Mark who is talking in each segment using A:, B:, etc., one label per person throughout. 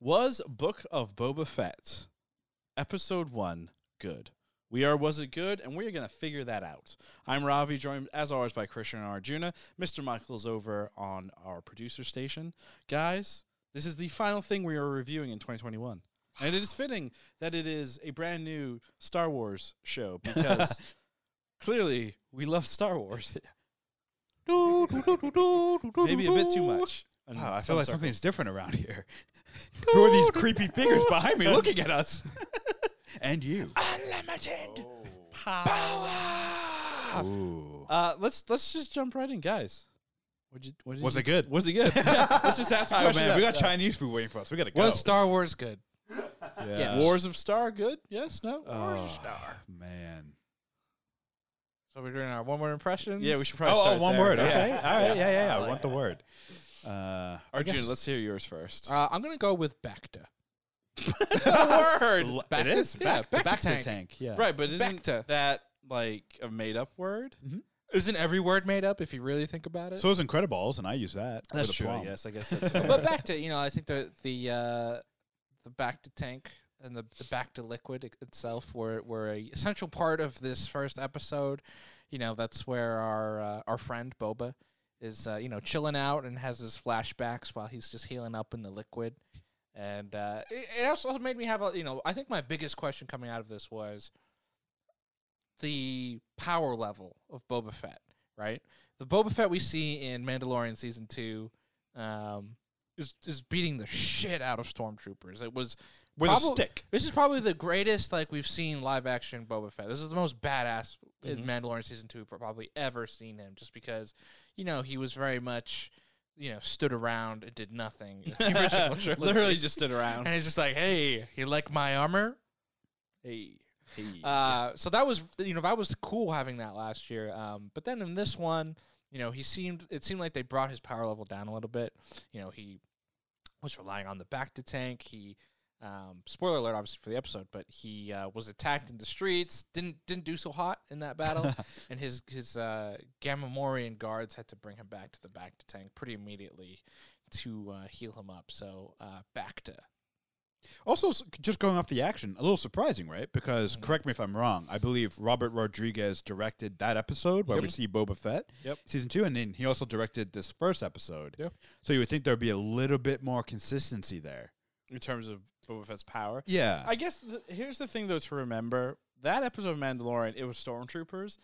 A: Was Book of Boba Fett episode one good? We are Was It Good? And we are going to figure that out. I'm Ravi, joined as always by Christian and Arjuna. Mr. Michael's over on our producer station. Guys, this is the final thing we are reviewing in 2021. And it is fitting that it is a brand new Star Wars show because clearly we love Star Wars. Maybe a bit too much. in some
B: Wow, I feel like
A: circles.
B: something's different around here. Who are these creepy figures behind me looking at us? and you.
A: unlimited power.
B: Oh,
A: Uh, let's let's just jump right in, guys. What you, what did
B: Was
A: you-
B: it good?
A: Was it good? Yeah, let's just ask. the
B: Oh,
A: question uh,
B: man, we
A: out.
B: got Chinese food waiting for us. We gotta go.
C: Was Star Wars good?
B: yeah.
A: Wars of Star good? Yes, no.
B: Oh, man.
C: So we're doing our one word impressions.
A: Yeah, we should
B: Oh,
A: probably start
B: oh, one
A: there.
B: word.
A: Yeah.
B: Okay. All right. Yeah, yeah. yeah. I, want the word. Uh, I
A: Arjun,
B: guess-
A: let's hear yours first.
C: Uh, I'm gonna go with Bacta.
A: word.
B: L-
C: back
B: it
C: to-
B: is
C: yeah,
B: back,
C: back
B: back
C: to
B: to
C: tank.
B: tank. Yeah.
A: Right, but isn't
C: Becta.
A: that like a made-up word?
C: Isn't every word made up if you really think about it?
B: So it was Incredibles, and I use that. for the
A: I
B: prom.
A: guess. I guess that's.
C: but back to you know, I think the the uh, the back to tank and the the back to liquid i- itself were were a essential part of this first episode. You know, that's where our uh, our friend Boba is uh, you know chilling out and has his flashbacks while he's just healing up in the liquid. And uh, it, it also made me have a you know I think my biggest question coming out of this was the power level of Boba Fett, right? The Boba Fett we see in Mandalorian season two um, is is beating the shit out of stormtroopers. It was
B: With
C: probab-
B: a stick.
C: This is probably the greatest like we've seen live action Boba Fett. This is the most badass in
B: Mm-hmm.
C: Mandalorian season two we've probably ever seen him, just because you know he was very much you know stood around and did nothing. in the original trilogy.
A: Literally just stood
C: and
A: around.
C: he's just like, hey, you like my armor? Hey. Uh, so that was you know that was cool having that last year. Um, but then in this one, you know, he seemed it seemed like they brought his power level down a little bit. You know, he was relying on the back to tank. He um, spoiler alert, obviously for the episode, but he uh, was attacked in the streets. Didn't didn't do so hot in that battle, and his his uh, Gamamorian guards had to bring him back to the back to tank pretty immediately to uh, heal him up. So uh, back to
B: Also, s- just going off the action, a little surprising, right? Because correct me if I'm wrong. I believe Robert Rodriguez directed that episode where we see Boba Fett,
A: Yep.
B: season two, and then he also directed this first episode.
C: Yeah.
B: So you would think there'd be a little bit more consistency there.
A: In terms of Boba Fett's power,
B: Yeah.
A: I guess the, here's the thing though to remember that episode of Mandalorian it was stormtroopers,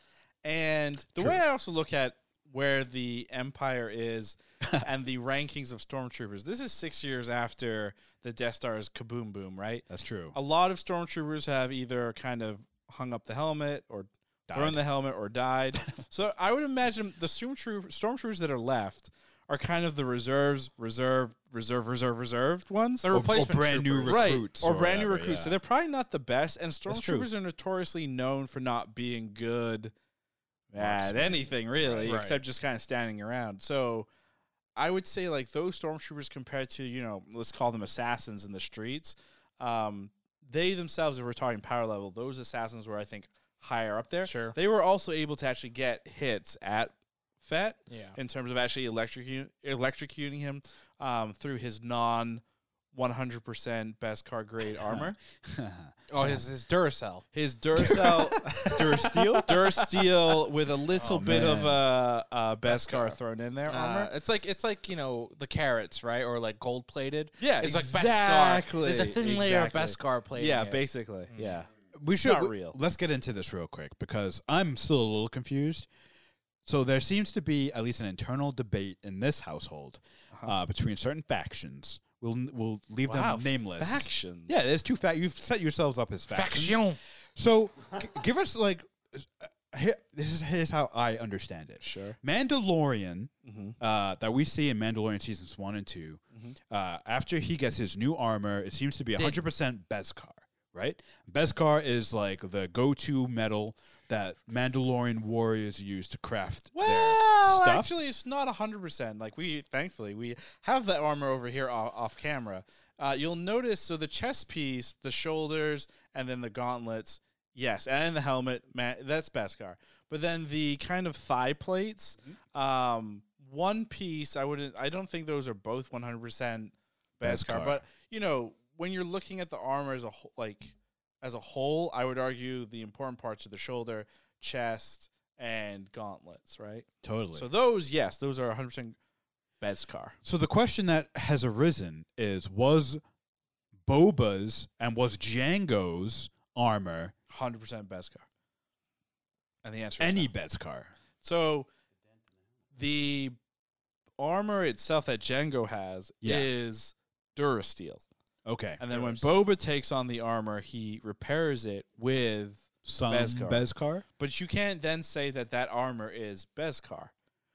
A: and the
B: True.
A: way I also look at where the Empire is and the rankings of stormtroopers. This is six years after the Death Star's kaboom boom, right?
B: That's true.
A: A lot of stormtroopers have either kind of hung up the helmet or thrown
B: Died.
A: the helmet or died. so I would imagine the stormtroop- stormtroopers that are left are kind of the reserves, reserve, reserve, reserve, reserved ones
C: the replacement
B: brand new
C: troopers.
B: recruit. recruits
A: right. or,
B: or
A: brand new
B: whatever,
A: recruits.
B: yeah.
A: So they're probably not the best, and
B: true.
A: stormtroopers are notoriously known for not being good at anything really,
C: Right.
A: except just kind of standing around. So I would say like those stormtroopers compared to you know let's call them assassins in the streets, um, they themselves, if we're talking power level, those assassins were I think higher up there.
C: Sure.
A: they were also able to actually get hits at Fett
C: Yeah.
A: in terms of actually electrocu- electrocuting him um, through his non 100% best car grade armor.
C: Oh, his his Duracell.
A: His Duracell, Durasteel, Durasteel with a little
B: Oh,
A: bit of
B: man.
A: uh, uh, best car thrown in there
C: Uh,
A: armor.
C: it's like it's like you know the carrots, right? Or like gold plated.
A: Yeah,
C: it's
A: exactly,
C: like Beskar. There's a thin layer of
A: exactly.
C: Beskar plating.
A: yeah,
C: it.
A: basically. Yeah.
B: we
A: It's
B: should
A: not
B: w-
A: real.
B: Let's get into this real quick because I'm still a little confused. So there seems to be at least an internal debate in this household uh between certain factions. We'll n- we'll leave
A: Wow,
B: them nameless.
A: factions.
B: Yeah, there's two fact. You've set yourselves up as factions.
C: Faction.
B: So g- give us like s- uh, he- this is here's how I understand it.
A: Sure. Mm-hmm.
B: Mandalorian uh, that we see in Mandalorian seasons one and 2 uh, after he gets his new armor, it seems to be hundred percent Beskar, right? Beskar is like the go-to metal that Mandalorian warriors use to craft
A: Well,
B: their stuff.
A: actually, it's not hundred percent. Like we, thankfully, we have that armor over here off, off camera. Uh, you'll notice so the chest piece, the shoulders, and then the gauntlets. Yes, and the helmet. Man, that's Beskar. But then the kind of thigh plates, um, one piece. I wouldn't. I don't think those are both one hundred percent Beskar.
B: Beskar.
A: But you know, when you're looking at the armor as a whole, like as a whole, I would argue the important parts are the shoulder, chest, and gauntlets, right?
B: Totally.
A: So those, yes, those are 100 percent Beskar.
B: So the question that has arisen is was Boba's and was Django's armor
A: 100 percent Beskar. And the answer is
B: any
A: no.
B: Beskar?
A: So the armor itself that Django has
B: Yeah.
A: is Durasteel.
B: Okay.
A: And then when
C: Durasteel.
A: Boba takes on the armor, he repairs it with
B: Some
A: Beskar.
B: Beskar.
A: But you can't then say that that armor is Beskar,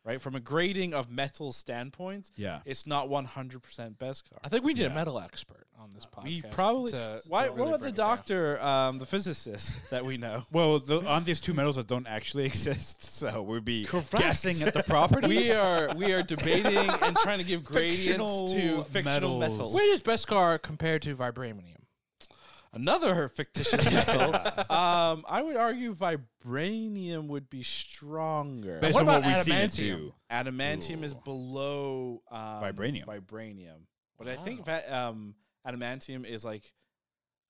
A: right? From a grading of metal standpoint,
B: Yeah.
A: it's not 100% Beskar.
C: I think we need
B: Yeah.
C: a metal expert on this podcast.
A: we probably.
C: to- to
A: why,
C: really
A: what about
C: break
A: the
C: it down.
A: doctor, um, the physicist that we know?
B: Well, the, aren't these two metals that don't actually exist? So we'd be
A: Correct.
B: guessing at the properties.
A: we are we are debating and trying to give gradients to
B: Fictional
A: fictional
B: metals.
A: metals.
C: Where is Beskar compared to vibranium?
A: Another fictitious metal. um, I would argue vibranium would be stronger.
B: Based
C: What
B: on
C: about
B: what we've seen it
C: adamantium?
B: do.
A: Adamantium is
B: Ooh.
A: below um,
B: Vibranium.
A: Vibranium, but I think that um, adamantium is like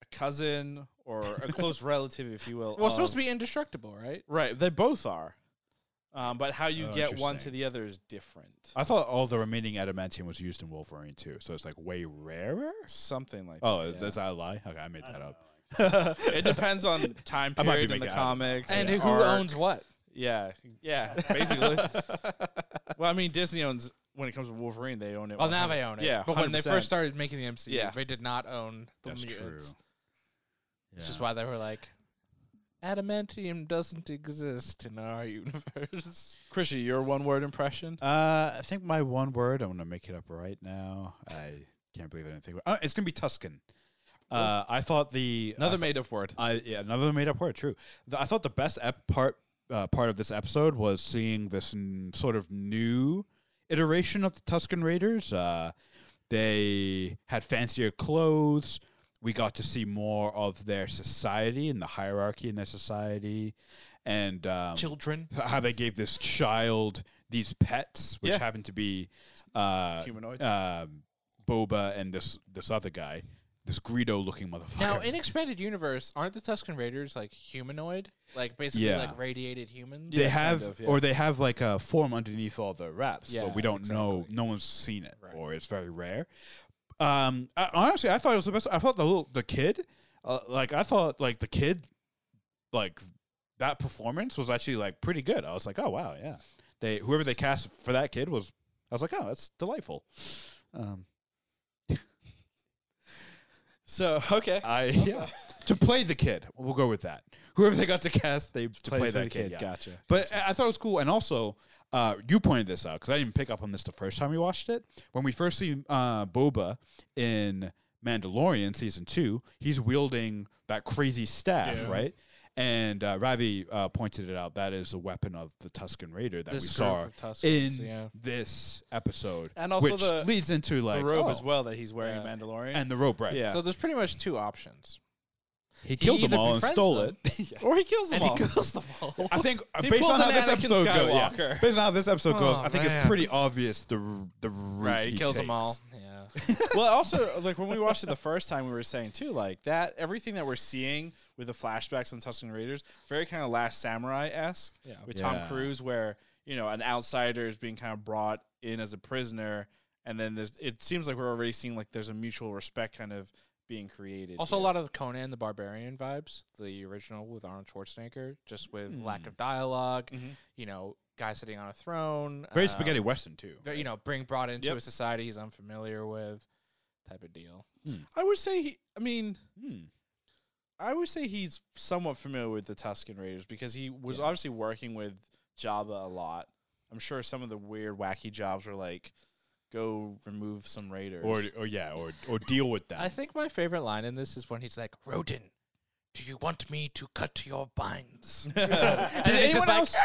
A: a cousin or a close relative, if you will.
C: Well, it's supposed to be indestructible, right?
A: right. They both are, um, but how you
B: Oh,
A: get one to
B: interesting. Uh,
A: the other is different.
B: I thought all the remaining adamantium was used in Wolverine too, so it's like way rarer.
A: Something like
B: Oh,
A: that.
B: is
A: yeah.
B: is that a lie? Okay, I made that up.
A: it depends on time
B: I might be
A: period in the
B: making it up.
A: comics
C: And
A: the
C: who
A: arc.
C: owns what?
A: Yeah, yeah, basically. well, I mean, Disney owns when it comes to Wolverine, they own it.
C: Well, now
A: 100
C: they own it.
A: Yeah,
C: but when they
A: 100%.
C: first started making the MCU,
A: Yeah.
C: they did not own the
B: That's true.
C: mutants, which is
B: Yeah.
C: why they were like, "Adamantium doesn't exist in our universe."
A: Chrissy, your one word impression.
B: Uh, I think my one word. I'm gonna make it up right now. I can't believe I didn't think. Uh, it's gonna be Tuscan. Uh, I thought the I
A: Another
B: thought-
A: made up word.
B: I yeah, another made up word. True. The, I thought the best ep- part uh, part of this episode was seeing this n- sort of new iteration of the Tuscan Raiders. Uh, they had fancier clothes. We got to see more of their society and the hierarchy in their society, and um,
C: Children.
B: how they gave this child these pets, which
A: Yeah.
B: happened to be uh,
A: Humanoids.
B: um, Boba and this this other guy, this Greedo looking motherfucker.
C: Now, in expanded universe, aren't the Tuscan Raiders like humanoid, like basically
B: Yeah.
C: like radiated humans?
B: they
A: Yeah,
B: have
A: kind of, yeah.
B: or they have like a form underneath all the wraps
C: Yeah,
B: but we don't know
C: exactly.
B: no one's seen it
C: Right.
B: or it's very rare um I, honestly i thought it was the best i thought the little the kid uh, like i thought like the kid like that performance was actually like pretty good i was like oh wow yeah they whoever they cast for that kid was i was like oh that's delightful um
A: So okay,
B: i yeah to play the kid we'll go with that whoever they got to cast they to play,
A: Plays
B: that
A: with the
B: kid, yeah.
A: Gotcha.
B: But I I thought it was cool, and also uh, you pointed this out because I didn't pick up on this the first time we watched it. When we first see uh, Boba in Mandalorian season two, he's wielding that crazy staff,
C: Yeah.
B: right? And uh, Ravi uh, pointed it out. That is a weapon of the Tusken Raider that
C: This
B: we
C: group
B: saw
C: of Tuskens,
B: in
C: yeah.
B: this episode,
A: And also
B: which
A: the-
B: leads into like
A: the robe
B: oh,
A: as well that he's wearing, in
C: Yeah.
A: Mandalorian,
B: and the rope, right?
A: Yeah.
C: So there's pretty much two options.
B: he killed them
C: either
B: all and
C: befriends
B: stole
C: them,
B: it.
A: or he kills them
C: And
A: all.
C: he kills them all.
B: I think uh,
A: He
B: based
A: pulls
B: on how
A: an
B: this
A: Anakin
B: episode goes, yeah.
A: Skywalker.
B: based on how this episode goes,
C: Oh,
B: I think it's
C: man.
B: pretty obvious the r- the route
C: Right,
B: he,
C: he kills
B: takes.
C: them all. Yeah.
A: well, also like when we watched it the first time, we were saying too, like that everything that we're seeing with the flashbacks on Tusken Raiders, very kind of Last Samurai esque
C: Yeah.
A: with Tom
B: Yeah.
A: Cruise, where you know an outsider is being kind of brought in as a prisoner, and then there's it seems like we're already seeing like there's a mutual respect kind of being created.
C: Also, a lot of Conan the Barbarian vibes, the original with Arnold Schwarzenegger, just with lack
B: Hmm.
C: of dialog
A: Mhm.
C: you know, guy sitting on a throne.
B: Mm-hmm. Very
C: um,
B: spaghetti western too.
C: ve- You know, bring brought into
A: Yep.
C: a society he's unfamiliar with, type of deal.
A: I would say, he, I mean.
B: Hmm.
A: I would say he's somewhat familiar with the Tuscan Raiders because he was
B: Yeah.
A: obviously working with Jabba a lot. I'm sure some of the weird, wacky jobs were like, go remove some raiders.
B: Or or yeah, or or deal with that.
C: I think my favorite line in this is when he's like, "Rodin, do you want me to cut your binds?"
A: Did
C: Did anyone else?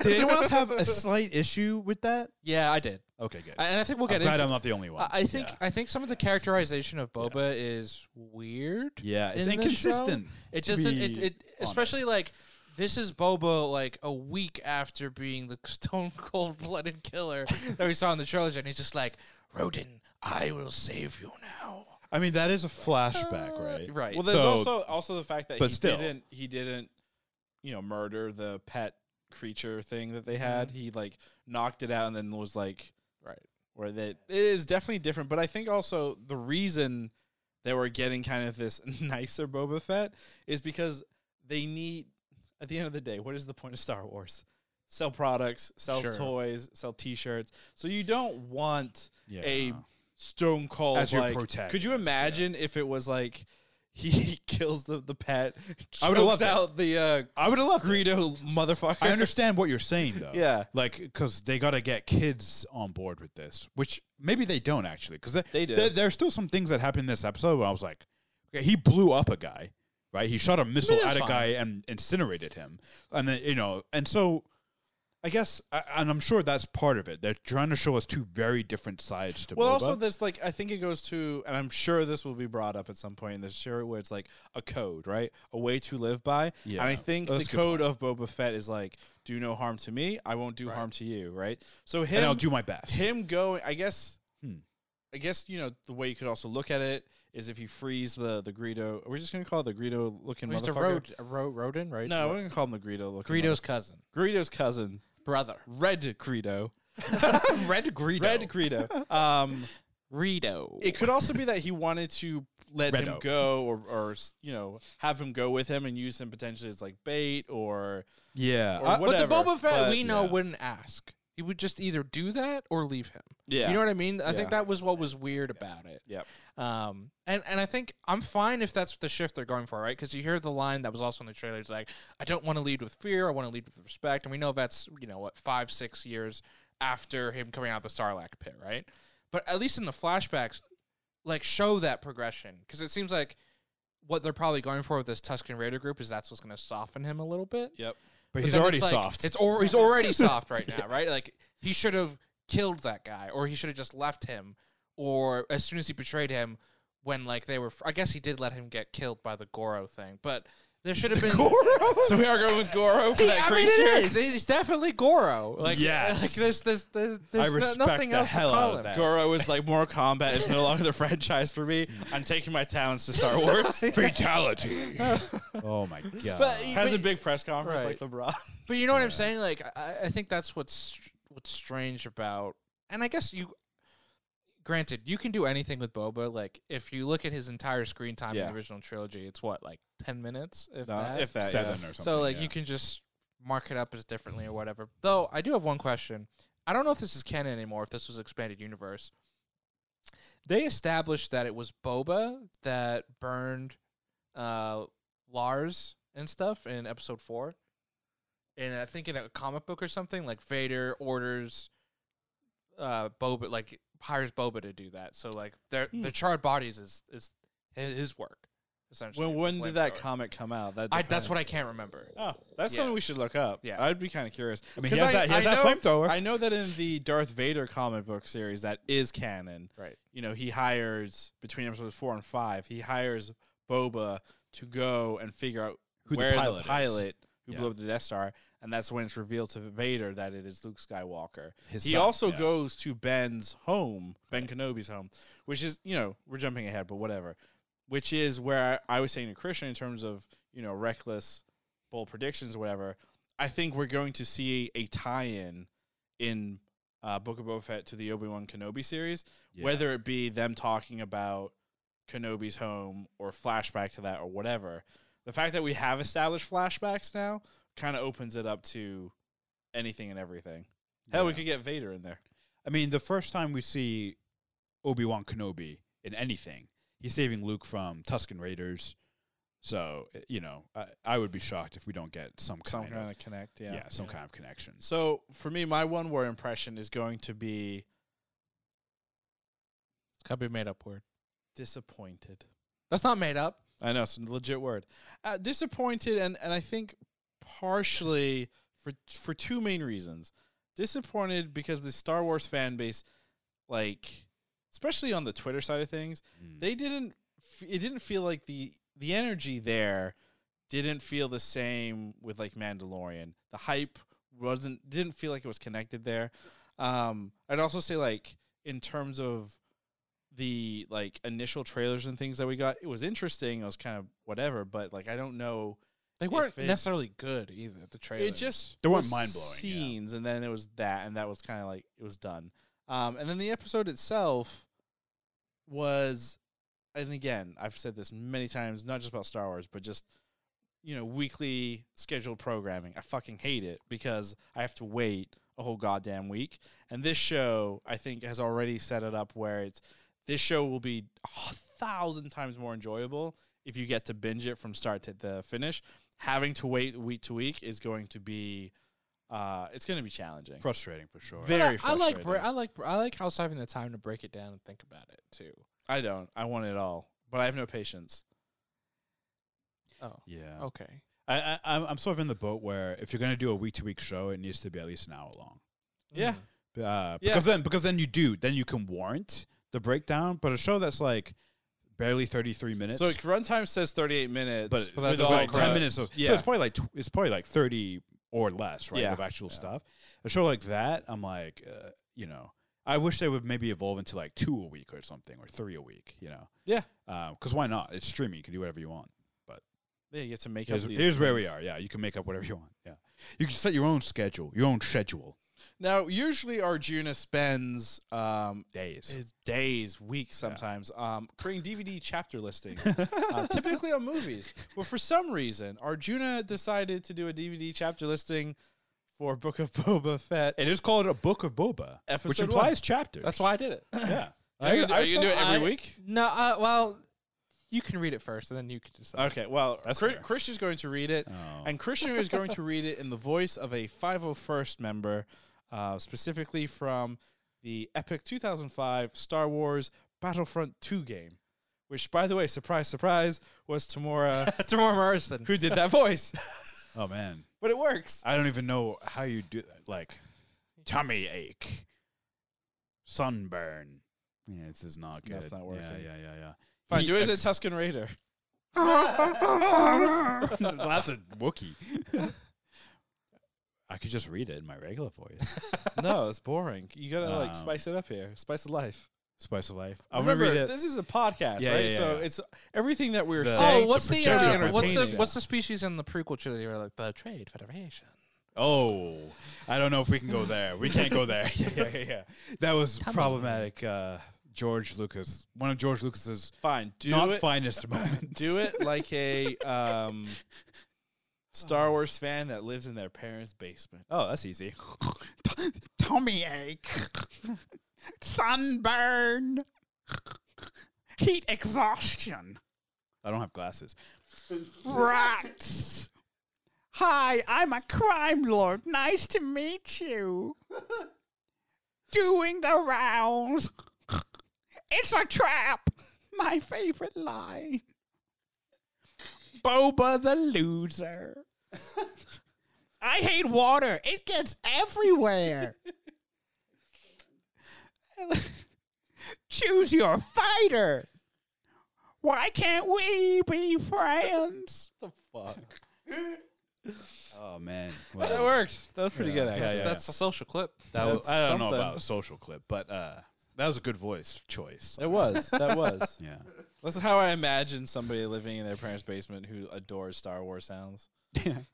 B: Did anyone else have a slight issue with that?
C: "Ah!" yeah, I did,
B: Okay, good.
C: I, and I think we'll
B: I'm
C: get
B: glad
C: into.
B: I'm not the only one.
C: I I think
B: Yeah,
C: I think some of the characterization of Boba is weird.
B: Yeah, it's
C: in this show.
B: inconsistent.
C: It
B: to
C: doesn't. It,
B: be
C: it especially
B: honest.
C: like this is Boba like a week after being the stone cold blooded killer that we saw in the trilogy, and he's just like Rodin. I will save you now.
B: I mean, that is a flashback,
C: Uh,
B: right?
C: Right.
A: Well, there's
B: So-
A: also also the fact that
B: but
A: he
B: still.
A: didn't he didn't you know murder the pet creature thing that they had.
B: Mm-hmm.
A: He like knocked it out and then was like
C: Right.
A: where that it is definitely different. But I think also the reason that we're getting kind of this nicer Boba Fett is because they need at the end of the day, what is the point of Star Wars? Sell products, sell
C: Sure.
A: toys, sell T-shirts. So you don't want
B: Yeah.
A: A- Stone Cold
B: As your
A: like- Could
B: protagonist,
A: you
B: yeah.
A: imagine if it I would have loved it was like he kills the the pet,
B: I would've
A: chokes
B: loved it.
A: out the uh,
B: I would have loved. it.
A: Greedo motherfucker?
B: I understand what you're saying though.
A: Yeah.
B: Like, because they got to get kids on board with this, which maybe they don't actually, because
A: They do.
B: There, there are still some things that happened in this episode where I was like, okay, he blew up a guy, right? He shot a missile
A: that's
B: at a
A: fine.
B: guy and incinerated him, and then you know, and so. I guess, I- and I'm sure that's part of it. They're trying to show us two very different sides to
A: Well,
B: Boba.
A: also there's like I think it goes to, and I'm sure this will be brought up at some point in this show where it's like a code, right? A way to live by.
B: Yeah.
A: And I think
B: That's a
A: the
B: good
A: code of Boba Fett is like, do no harm to me, I won't do harm to you, right? So him,
B: and I'll do my best.
A: him going, I guess,
B: Hmm.
A: I guess you know the way you could also look at it is if you freeze the the Greedo. Are we just gonna call it the Greedo looking
C: He's a
A: motherfucker?
C: road, a ro- rodent, right?
A: No, we're gonna call him the Greedo looking.
C: Greedo's cousin,
A: mother- Greedo's cousin,
C: brother,
A: Red Greedo,
B: Red Greedo.
A: Red Greedo. Um,
C: Rito.
A: it could also be that he wanted to let him
B: Redo.
A: go, or, or s- you know, have him go with him and use him potentially as like bait, or
B: Yeah.
A: Or
B: I-
A: what- whatever,
C: but the Boba Fett
A: but-
C: we know
B: yeah.
C: wouldn't ask. He would just either do that or leave him.
A: yeah,
C: You know what I mean? I
A: Yeah.
C: think that was what was weird about it.
A: Yep.
C: Um, and and I think I'm fine if that's the shift they're going for, right? Because you hear the line that was also in the trailer. It's like, I don't want to lead with fear. I want to lead with respect. And we know that's you know what five six years after him coming out of the Sarlacc pit, right? But at least in the flashbacks, like show that progression because it seems like what they're probably going for with this Tuscan Raider group is that's what's going to soften him a little bit.
A: yep,
B: but
C: But
B: he's
C: then
B: already
C: it's like-
B: soft.
C: It's or, he's already soft right now, right? Like he should have killed that guy, or he should have just left him, or as soon as he betrayed him, when like they were, I guess he did let him get killed by the Goro thing, but there should have been
A: so we are going with Goro for
C: He-
A: that
C: I mean,
A: creature.
C: it is. He's definitely Goro. Like,
B: Yes.
C: like there's, there's, there's, there's no-
B: respect
C: nothing
B: the
C: else
B: hell
C: to
B: out
C: call
B: of
C: him.
B: that.
A: Goro is like more combat is no longer the franchise for me. I'm taking my talents to Star Wars.
B: Fatality. oh my god.
A: Has a big press conference
C: Right.
A: like LeBron.
C: But you know what I'm saying? Like I, I think that's what's str- what's strange about. And I guess you, granted, you can do anything with Boba. Like if you look at his entire screen time in
A: Yeah.
C: the original trilogy, it's what like ten minutes, if
A: No,
C: that.
A: if that,
B: Seven
A: yeah.
B: or something.
C: so like
B: yeah.
C: you can just mark it up as differently or whatever. Though I do have one question. I don't know if this is canon anymore. If this was expanded universe, they established that it was Boba that burned uh, Lars and stuff in episode four. And I think in a comic book or something, like Vader orders uh, Boba, like hires Boba to do that. So like their
A: Hmm.
C: the charred bodies is is hi- his work essentially.
A: When
C: the
A: when did that
C: flamethrower.
A: comic come out? That
C: I, that's what I
A: depends.
C: can't remember.
A: Oh, that's
C: Yeah.
A: something we should look up.
C: Yeah.
A: I'd be kind of curious.
B: I mean,
A: 'Cause
B: he has that- he has that flamethrower.
A: I know that in the Darth Vader comic book series, that is canon.
C: Right.
A: You know, he hires between episodes four and five, he hires Boba to go and figure out
B: Who the
A: where
B: pilot is.
A: who
B: Yeah.
A: blew up the Death Star, and that's when it's revealed to Vader that it is Luke Skywalker.
B: His
A: he
B: son,
A: also
B: yeah.
A: goes to Ben's home, Ben Kenobi's home, which is you know we're jumping ahead, but whatever. Which is where I, I was saying to Christian in terms of you know reckless bold predictions or whatever. I think we're going to see a tie-in in uh, Book of Boba Fett to the Obi Wan Kenobi series,
B: Yeah.
A: whether it be them talking about Kenobi's home or flashback to that or whatever. The fact that we have established flashbacks now kind of opens it up to anything and everything. Hell, we
B: Yeah.
A: could get Vader in there.
B: I mean, the first time we see Obi Wan Kenobi in anything, he's saving Luke from Tusken Raiders. So uh, you know, I, I would be shocked if we don't get some
A: Some
B: kind,
A: kind
B: of
A: of connect,
B: yeah,
A: yeah.
B: some kind of connection.
A: So for me, my one word impression is going to be
C: It's gotta be a made up word.
A: disappointed.
C: That's not made up.
A: I know it's a legit word. Uh, disappointed, and and I think partially for for two main reasons. Disappointed because the Star Wars fan base, like especially on the Twitter side of things,
B: Mm.
A: they didn't. f- It didn't feel like the the energy there didn't feel the same with like Mandalorian. The hype wasn't didn't feel like it was connected there. Um, I'd also say like in terms of the like initial trailers and things that we got, it was interesting. It was kind of whatever, but like I don't know.
C: They
A: If
C: weren't
A: it-
C: necessarily good either. The trailer.
A: It just
B: They weren't
A: was
B: mind-blowing, yeah.
A: scenes, and then it was that, and that was kind of like it was done. Um, and then the episode itself was, and again, I've said this many times, not just about Star Wars, but just you know weekly scheduled programming. I fucking hate it because I have to wait a whole goddamn week. And this show, I think, has already set it up where it's this show will be a thousand times more enjoyable if you get to binge it from start to the finish. Having to wait week to week is going to be, uh, it's going to be challenging.
B: Frustrating for sure.
A: Very
C: I, I like.
A: frustrating.
C: Bra- I like. I like how it's having the time to break it down and think about it too.
A: I don't. I want it all, but I have no patience.
C: Oh,
B: yeah.
C: okay.
B: I, I, I'm- I'm sort of in the boat where if you're going to do a week to week show, it needs to be at least an hour long.
A: Yeah.
C: Mm.
B: Uh, because then because then you do then you can warrant the breakdown. But a show that's like barely 33 minutes,
A: So runtime says 38 minutes,
B: but,
C: but that's
B: it's
A: all
B: like 10
A: crap.
B: minutes of so
A: Yeah.
B: it's probably like tw- it's probably like 30 or less right
A: Yeah.
B: of actual
A: Yeah.
B: stuff. A show like that, I'm like, uh, you know, I wish they would maybe evolve into like two a week or something or three a week. You know,
A: Yeah.
B: Because why not? It's streaming. You can do whatever you want.
A: yeah, you get to make
B: Here's,
A: up. these
B: here's where we
A: things.
B: are. Yeah, you can make up whatever you want. Yeah, you can set your own schedule, your own schedule,
A: Now, usually Arjuna spends um,
B: days.
A: his days, weeks, sometimes um, creating DVD chapter listings, uh, typically on movies. But for some reason, Arjuna decided to do a DVD chapter listing for Book of Boba Fett.
B: It is called a book of Boba, which
A: Episode
B: implies chapters.
C: That's why I did it.
B: Yeah.
A: Are you gonna do- are you gonna do it every
C: I-
A: week?
C: No. Uh, well, you can read it first, and then you can decide.
A: Okay, well,
B: That's
A: Chri-
B: fair.
A: Christian's going to read it,
B: Oh.
A: and Christian is going to read it in the voice of a 501st member, uh, specifically from the epic 2005 Star Wars Battlefront 2 game, which, by the way, surprise, surprise, was Tamora
C: Tamora Morrison.
A: who did that voice.
B: oh man,
A: but it works.
B: I don't even know how you do that. Like tummy ache, sunburn. Yeah, this is not
A: It's-
B: good.
A: that's not working.
B: Yeah, yeah, yeah, yeah.
A: Fine,
B: He
A: do it as
B: ex-
A: a Tuscan Raider.
B: Well, that's a Wookie. I could just read it in my regular voice.
A: no, it's boring. You gotta
B: Um,
A: like spice it up here. Spice of life.
B: Spice of life. I'm
A: Remember,
B: gonna read it.
A: this is a podcast,
B: Yeah,
A: right?
B: yeah, yeah,
A: so
B: yeah.
A: it's everything that we're
B: The-
A: saying.
C: Oh, what's the,
A: projected
C: uh, what's the
A: entertainment.
C: what's the species in the prequel trilogy? Where, like the Trade Federation.
B: Oh, I don't know if we can go there. We can't go there. yeah, yeah, yeah, yeah. That was
C: Come on.
B: problematic. Uh, George Lucas, one of George Lucas's
A: Fine, do
B: not
A: it.
B: finest moments.
A: Do it like a um, Star Wars fan that lives in their parents' basement.
B: Oh, that's easy. Tummy ache, sunburn, heat exhaustion. I don't have glasses. Rats. Hi, I'm a crime lord. Nice to meet you. Doing the rounds. It's a trap. My favorite line. Boba the loser. I hate water. It gets everywhere. Choose your fighter. Why can't we be friends?
A: What the fuck?
B: Oh man,
A: That worked. That was pretty good,
B: Yeah,
A: actually.
B: yeah, yeah.
C: That's a social clip.
B: That was,
A: That's
B: I don't know
A: something.
B: about social clip, but uh, that was a good voice choice.
A: It was. That was.
B: Yeah.
A: That's how I imagine somebody living in their parents' basement who adores Star Wars sounds.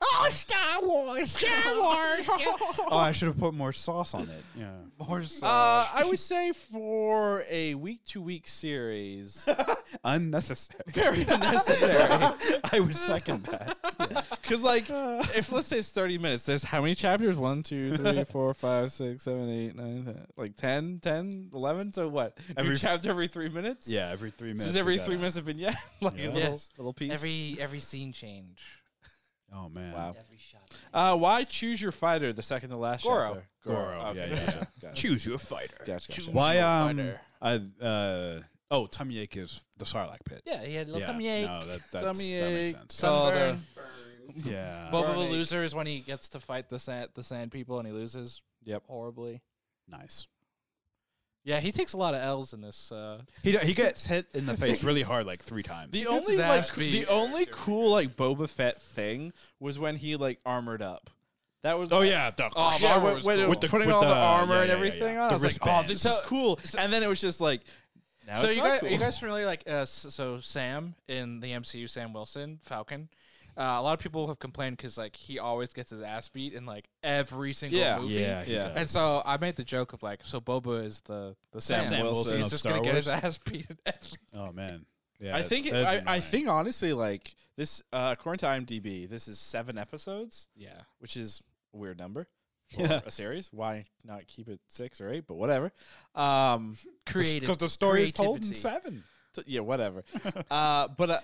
B: oh, Star Wars! Star Wars! oh, I should have put more sauce on it. Yeah.
C: More so.
A: Uh, I would say for a week to week series,
B: Unnecessary.
A: very unnecessary.
B: I would second that.
A: Because, like, if let's say it's 30 minutes, there's how many chapters? One, two, three, four, five, six, seven, eight, nine, ten. Like 10, 10, 11? So what? Every
B: Every-
A: chapter every three minutes?
B: Yeah, every three minutes.
A: This is
B: we
A: every
B: gotta-
A: three minutes of vignette? like
B: Yeah.
A: a little,
C: Yes.
A: little piece?
C: every every scene change.
B: Oh man.
A: Wow.
D: Every shot.
A: Uh, why choose your fighter the second to last
C: Goro.
A: chapter?
B: Goro, yeah, yeah,
A: gotcha, Gotcha.
B: Choose your fighter.
A: Gotcha, gotcha.
B: Why?
C: Choose your
B: Um.
C: fighter.
B: I. Uh. Oh, tummy ache is the Sarlacc pit.
C: Yeah, he had little
B: Yeah,
C: tummy ache.
B: No, that that's,
A: Tummy
B: that makes
A: ache.
B: sense. Um,
A: Oh, the-
C: Sunburn.
B: Yeah.
C: Boba
A: Burn
C: the
A: ache.
C: loser is when he gets to fight the sand, the sand people and he loses
A: Yep.
C: horribly.
B: nice.
C: Yeah, he takes a lot of L's in this. Uh,
B: He he gets hit in the face really hard like three times.
A: The
C: gets
A: only
C: his ass
A: like
C: beat.
A: the only cool like Boba Fett thing was when he like armored up. That was
B: oh yeah. The,
C: Oh,
A: yeah,
C: armor
A: when,
C: was
A: when it was
C: cool.
B: With the-
A: putting
B: with
A: all the,
B: the-
A: armor
B: yeah,
A: and
B: yeah, yeah,
A: everything
B: yeah.
A: on. I
B: The
A: was like, oh,
B: wristbands.
A: this is cool. And then it was just like
B: Now
C: so
B: it's
C: you
B: not
C: guys,
B: cool.
C: are you guys familiar? Like, uh, s- so Sam in the MCU, Sam Wilson, Falcon. Uh, a lot of people have complained because like he always gets his ass beat in like every single
A: Yeah.
C: movie.
B: yeah, uh,
A: Yeah.
C: And so I made the joke of like, so Boba is the the Sam,
A: Sam Wilson
C: He's
A: of
C: just
B: Star
C: gonna get his
B: Wars.
C: ass beat. In every-
B: oh man, yeah,
A: I think it,
B: that is
A: I, I
B: annoying.
A: think honestly like this uh, according to IMDb this is seven episodes
C: yeah.
A: which is a weird number for
B: Yeah.
A: a series why not keep it six or eight but whatever um
C: Creative.
B: because the story is told in
C: creativity.
B: seven.
A: t- yeah whatever uh but uh,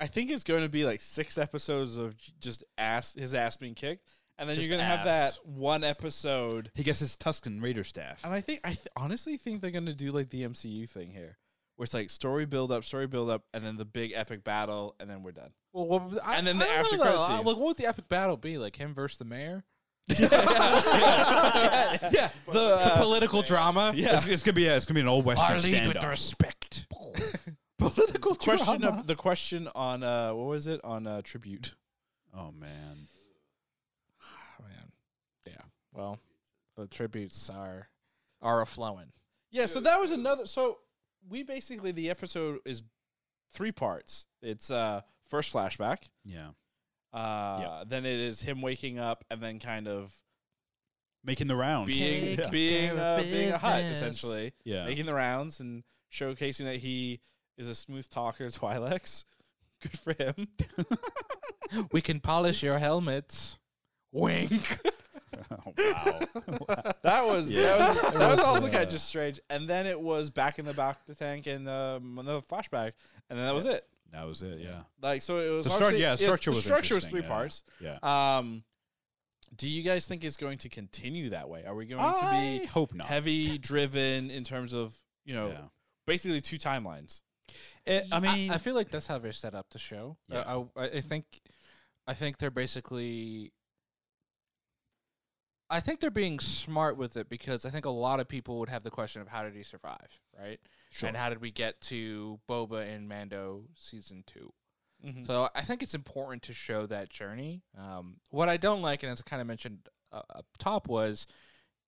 A: I think it's going to be like six episodes of j- just ass his ass being kicked and then
C: Just
A: you're gonna have
C: ass.
A: that one episode
B: He gets his Tuscan Raider staff.
A: And I think I th- honestly think they're gonna do like the MCU thing here, where it's like story build up, story build up, and then the big epic battle, and then we're done.
C: Well, what, would- I,
A: And then
C: I
A: the
C: don't know,
A: after
C: though.
A: credit
C: Uh,
A: scene.
C: Like, what would the epic battle be? Like him versus the mayor?
A: yeah, the
C: It's a
A: uh,
C: political drama.
A: yeah
B: It's, it's gonna be yeah, it's gonna be an old western standoff.
C: respect.
B: Political
A: question of the question on uh what was it on uh tribute?
B: Oh man,
C: Oh, man. Yeah. Well, the tributes are are afflowing.
A: Yeah, so that was another. So we basically the episode is three parts. It's uh first flashback,
B: yeah,
A: uh then it is him waking up, and then kind of
B: making the rounds.
A: being
B: yeah.
A: being
C: care of
A: uh, being a hut
C: business.
A: essentially.
B: Yeah.
A: making the rounds and showcasing that he is a smooth talker, Twilex. Good for him.
C: we can polish your helmets. Wink.
B: Oh, wow.
A: That was
B: Yeah.
A: that was, that was
B: was,
A: also
B: uh,
A: kind of just strange. And then it was back in the back of the tank and um, another flashback, and then that was it.
B: that was it. Yeah,
A: Like so, it was
B: The struc-
A: obviously-
B: yeah,
A: it-
B: structure
A: the
B: was
A: structure was
B: interesting,
A: three
B: yeah.
A: parts.
B: yeah.
A: Um, do you guys think it's going to continue that way? Are we going
B: I
A: to be
B: hope not.
A: heavy driven in terms of you know
B: Yeah.
A: basically two timelines?
B: It- I mean,
C: I, feel like that's how they set up the show. I-
B: Yeah.
C: I, I think, I think they're basically. I think they're being smart with it because I think a lot of people would have the question of how did he survive, right?
B: sure.
C: And how did we get to Boba and Mando season two?
A: Mhm.
C: So I think it's important to show that journey. Um, what I don't like, and as I kind of mentioned uh, up top, was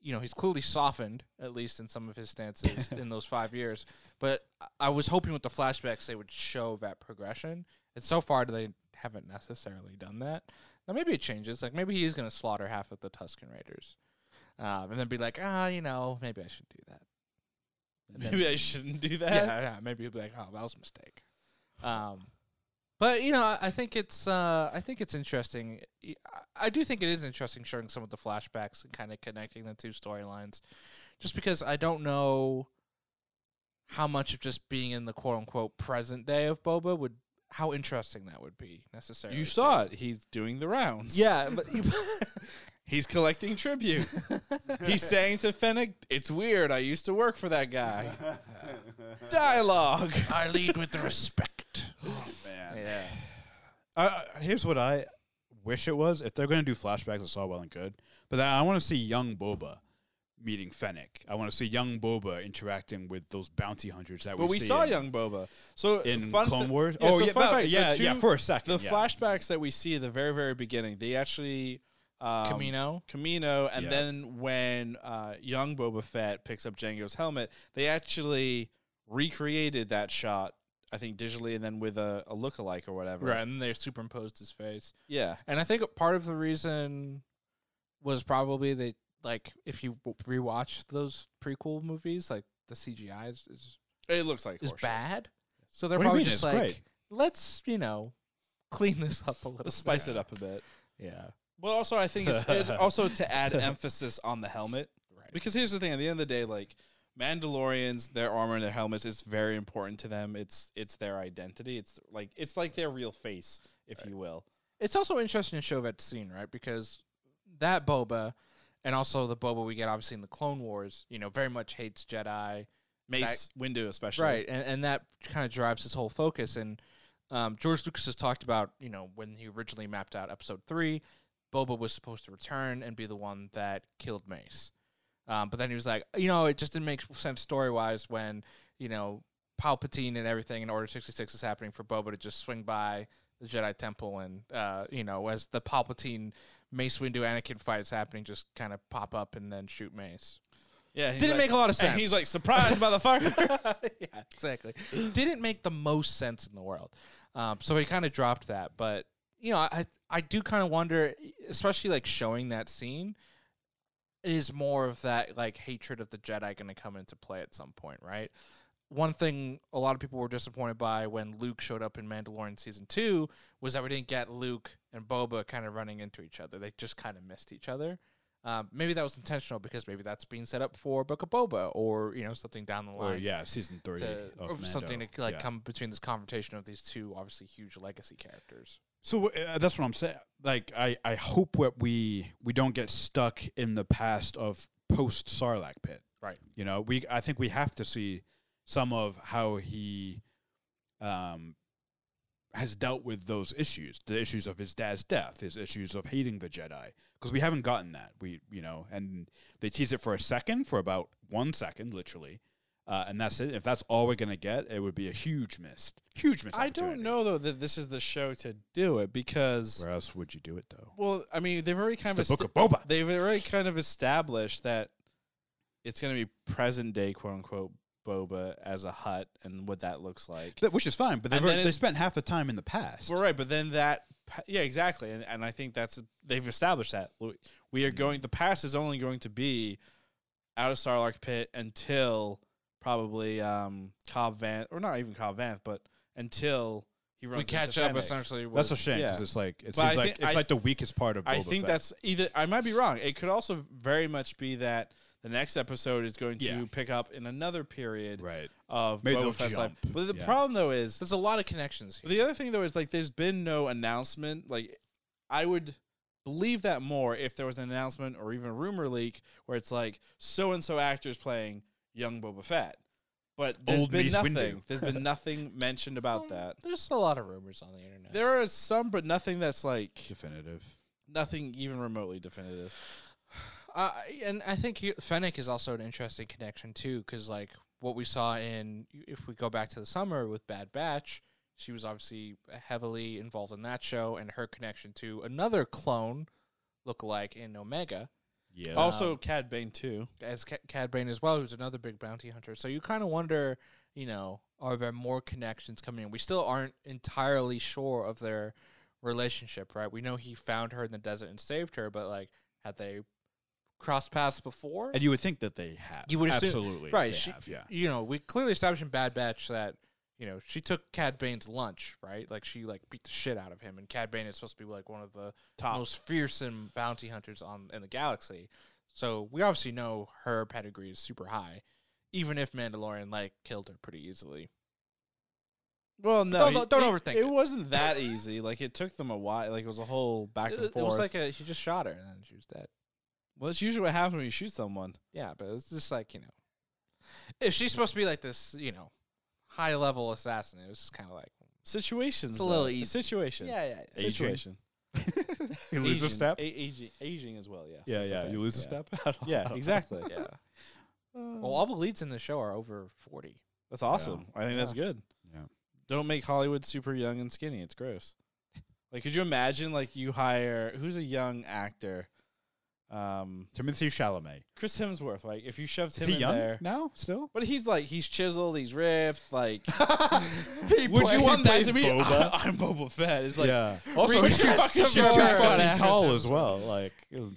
C: you know he's clearly softened at least in some of his stances in those five years. But I- I was hoping with the flashbacks they would show that progression, and so far they haven't necessarily done that. Now maybe it changes. Like maybe he is going to slaughter half of the Tuscan Raiders, um, and then be like, ah, you know, maybe I should do that. And then-
A: Maybe I shouldn't do that.
C: yeah, yeah, maybe you'll be like, oh, that was a mistake. Um, but you know, I- I think it's uh, I think it's interesting. I- I do think it is interesting showing some of the flashbacks and kind of connecting the two storylines, just because I don't know how much of just being in the quote unquote present day of Boba would how interesting that would be necessarily.
A: You
C: too.
A: saw it. He's doing the rounds.
C: yeah, but
A: He's collecting tribute. He's saying to Fennec, It's weird. I used to work for that guy. Dialogue.
C: I lead with respect.
B: Oh, man.
C: Yeah,
B: I, I- here's what I wish it was. If they're going to do flashbacks, it's all well and good. But then I want to see young Boba meeting Fennec. I want to see young Boba interacting with those bounty hunters that
A: But we
B: see
A: saw
B: in,
A: young Boba. So
B: in
A: fun
B: Clone
A: thi-
B: Wars.
A: Yeah,
B: oh,
A: so
B: yeah,
A: fun
B: but-
A: fact, the
B: yeah, yeah,
A: two-
B: for a second.
A: the
B: yeah.
A: flashbacks that we see at the very, very beginning, they actually um,
C: Camino.
A: Camino, and
B: Yeah.
A: then when uh, young Boba Fett picks up Django's helmet, they actually recreated that shot. I think digitally, and then with a, a lookalike or whatever.
C: Right, and they superimposed his face.
A: Yeah.
C: And I think part of the reason was probably that, like, if you w- rewatch those prequel movies, like the CGI is is,
A: It looks like
C: is
A: horseshit.
C: bad. So they're
B: What do you
C: probably
B: mean?
C: just
B: It's
C: like,
B: great.
C: let's you know, clean this up a little,
A: Let's spice
C: bit.
A: it up a bit.
C: Yeah,
A: But also, I think it's, it also to add emphasis on the helmet.
C: right.
A: Because here's the thing: at the end of the day, like Mandalorians, their armor and their helmets, it's very important to them. It's it's their identity. It's like it's like their real face, if you will.
C: It's also interesting to show that scene, right? Because that Boba, and also the Boba we get obviously in the Clone Wars, you know, very much hates Jedi.
A: Mace Windu, especially.
C: Right, and and that kind of drives his whole focus. And um, George Lucas has talked about you know when he originally mapped out Episode Three, Boba was supposed to return and be the one that killed Mace, um, but then he was like, you know, it just didn't make sense story wise when you know Palpatine and everything in Order sixty six is happening for Boba to just swing by the Jedi Temple and uh, you know as the Palpatine Mace Windu Anakin fight is happening, just kind of pop up and then shoot Mace.
A: Yeah, he's
C: Didn't
A: like-
C: make a lot of
A: And he's
C: sense.
A: like surprised, motherfucker.
C: yeah, exactly. Didn't make the most sense in the world. Um, so he kind of dropped that. But you know, I I do kind of wonder, especially like showing that scene, is more of that like hatred of the Jedi going to come into play at some point, right? One thing a lot of people were disappointed by when Luke showed up in Mandalorian season two was that we didn't get Luke and Boba kind of running into each other. They just kind of missed each other. Um, maybe that was intentional because maybe that's being set up for Book of Boba or you know something down the line
B: Or yeah, season three
C: to,
B: of
C: or something
B: Mando.
C: to like
B: Yeah.
C: come between this confrontation of these two obviously huge legacy characters.
B: So uh, that's what I'm saying. Like I, I hope that we we don't get stuck in the past of post Sarlacc pit.
C: Right.
B: You know, we I think we have to see some of how he um has dealt with those issues, the issues of his dad's death, his issues of hating the Jedi, because we haven't gotten that. We, you know, and they tease it for a second, for about one second, literally, uh, and that's it. If that's all we're gonna get, it would be a huge miss, huge miss.
A: I don't know though that this is the show to do it because
B: Where else would you do it though?
A: well, I mean, they've already kind
B: It's
A: of
B: the Book of Boba.
A: they've already kind of established that it's going to be present day quote unquote Boba as a hut and what that looks like.
B: But- which is fine, but they've
A: And
B: already,
A: then
B: they
A: it's-
B: spent half the time in the past.
A: Well, right, but then that, yeah, exactly, and, and I think that's they've established that We- we are going. The past is only going to be out of Starlark Pit until probably um Cobb Van, or not even Cobb Vanth, but until he runs.
C: we catch
A: into
C: up
A: Fennec.
C: essentially. With,
B: That's a shame
A: Yeah.
B: because it's like it
A: But I
B: seems like
A: think-
B: it's
A: I-
B: like the weakest part of. Boba
A: I think
B: Fett.
A: that's either. I might be wrong. It could also very much be that the next episode is going to
B: Yeah.
A: pick up in another period
B: right.
A: of
B: Maybe they'll
A: Boba Fett's life.
B: jump.
A: But the
B: Yeah.
A: problem though is
C: there's a lot of connections here.
A: The other thing though is like there's been no announcement. Like I would believe that more if there was an announcement or even a rumor leak where it's like so and so actors playing young Boba Fett. But there's
B: Old
A: been
B: Mace
A: nothing.
B: Windu.
A: There's been nothing mentioned
C: Um,
A: about that.
C: There's a lot of rumors on the internet.
A: There are some, but nothing that's like
B: Definitive.
A: nothing even remotely definitive.
C: uh, and I think you, Fennec is also an interesting connection too, because like what we saw in if we go back to the summer with Bad Batch, she was obviously heavily involved in that show and her connection to another clone lookalike in Omega.
B: Yeah.
A: Also, Cad Bane too.
C: as Ca- Cad Bane as well, who's another big bounty hunter. So you kind of wonder, you know, are there more connections coming in? We still aren't entirely sure of their relationship, right? We know he found her in the desert and saved her, but like, had they crossed paths before?
B: and you would think that they have.
C: You would assume-
B: absolutely
C: right?
B: they
C: She,
B: have, yeah.
C: You know, we clearly established in Bad Batch that you know she took Cad Bane's lunch, right? Like she like beat the shit out of him, and Cad Bane is supposed to be like one of the
A: Top.
C: most fearsome bounty hunters on in the galaxy. So we obviously know her pedigree is super high, even if Mandalorian like killed her pretty easily.
A: Well, no,
C: Don't-
A: he-
C: don't- don't
A: it-
C: overthink
A: It
C: it.
A: wasn't that easy. Like it took them a while. Like it was a whole back
C: It,
A: and
C: it
A: forth.
C: was like a he just shot her and then she was dead.
A: well, that's usually what happens when you shoot someone.
C: Yeah, but it's just like you know, if she's supposed to be like this, you know, high level assassin, it was just kind of like
A: Situations.
C: It's a little
A: though.
C: easy.
A: Situation.
C: yeah, yeah, yeah.
B: Aging.
A: situation.
B: You lose a
A: Aging.
B: step.
A: A- aging, aging as well. Yes.
B: Yeah,
A: that's
B: yeah.
A: the
B: You
A: thing,
B: lose a
A: yeah.
B: step.
A: Yeah, exactly.
C: yeah. Well, all the leads in the show are over forty.
A: That's awesome. I think that's good.
B: Yeah.
A: Don't make Hollywood super young and skinny. It's gross. Like, could you imagine? Like, you hire who's a young actor? Um,
B: Timothy Chalamet.
A: Chris Hemsworth. Like, if you shoved
B: Is
A: him
B: he
A: in
B: young
A: there,
B: now? Still?
A: but he's like he's chiseled, he's ripped. Like,
B: He
A: would
B: play-
A: you want
B: he
A: that
B: plays
A: to be?
B: Boba.
A: I'm Boba Fett. It's like
B: yeah.
A: Also, he's too- he's too fucking
C: tall as
B: well. Like,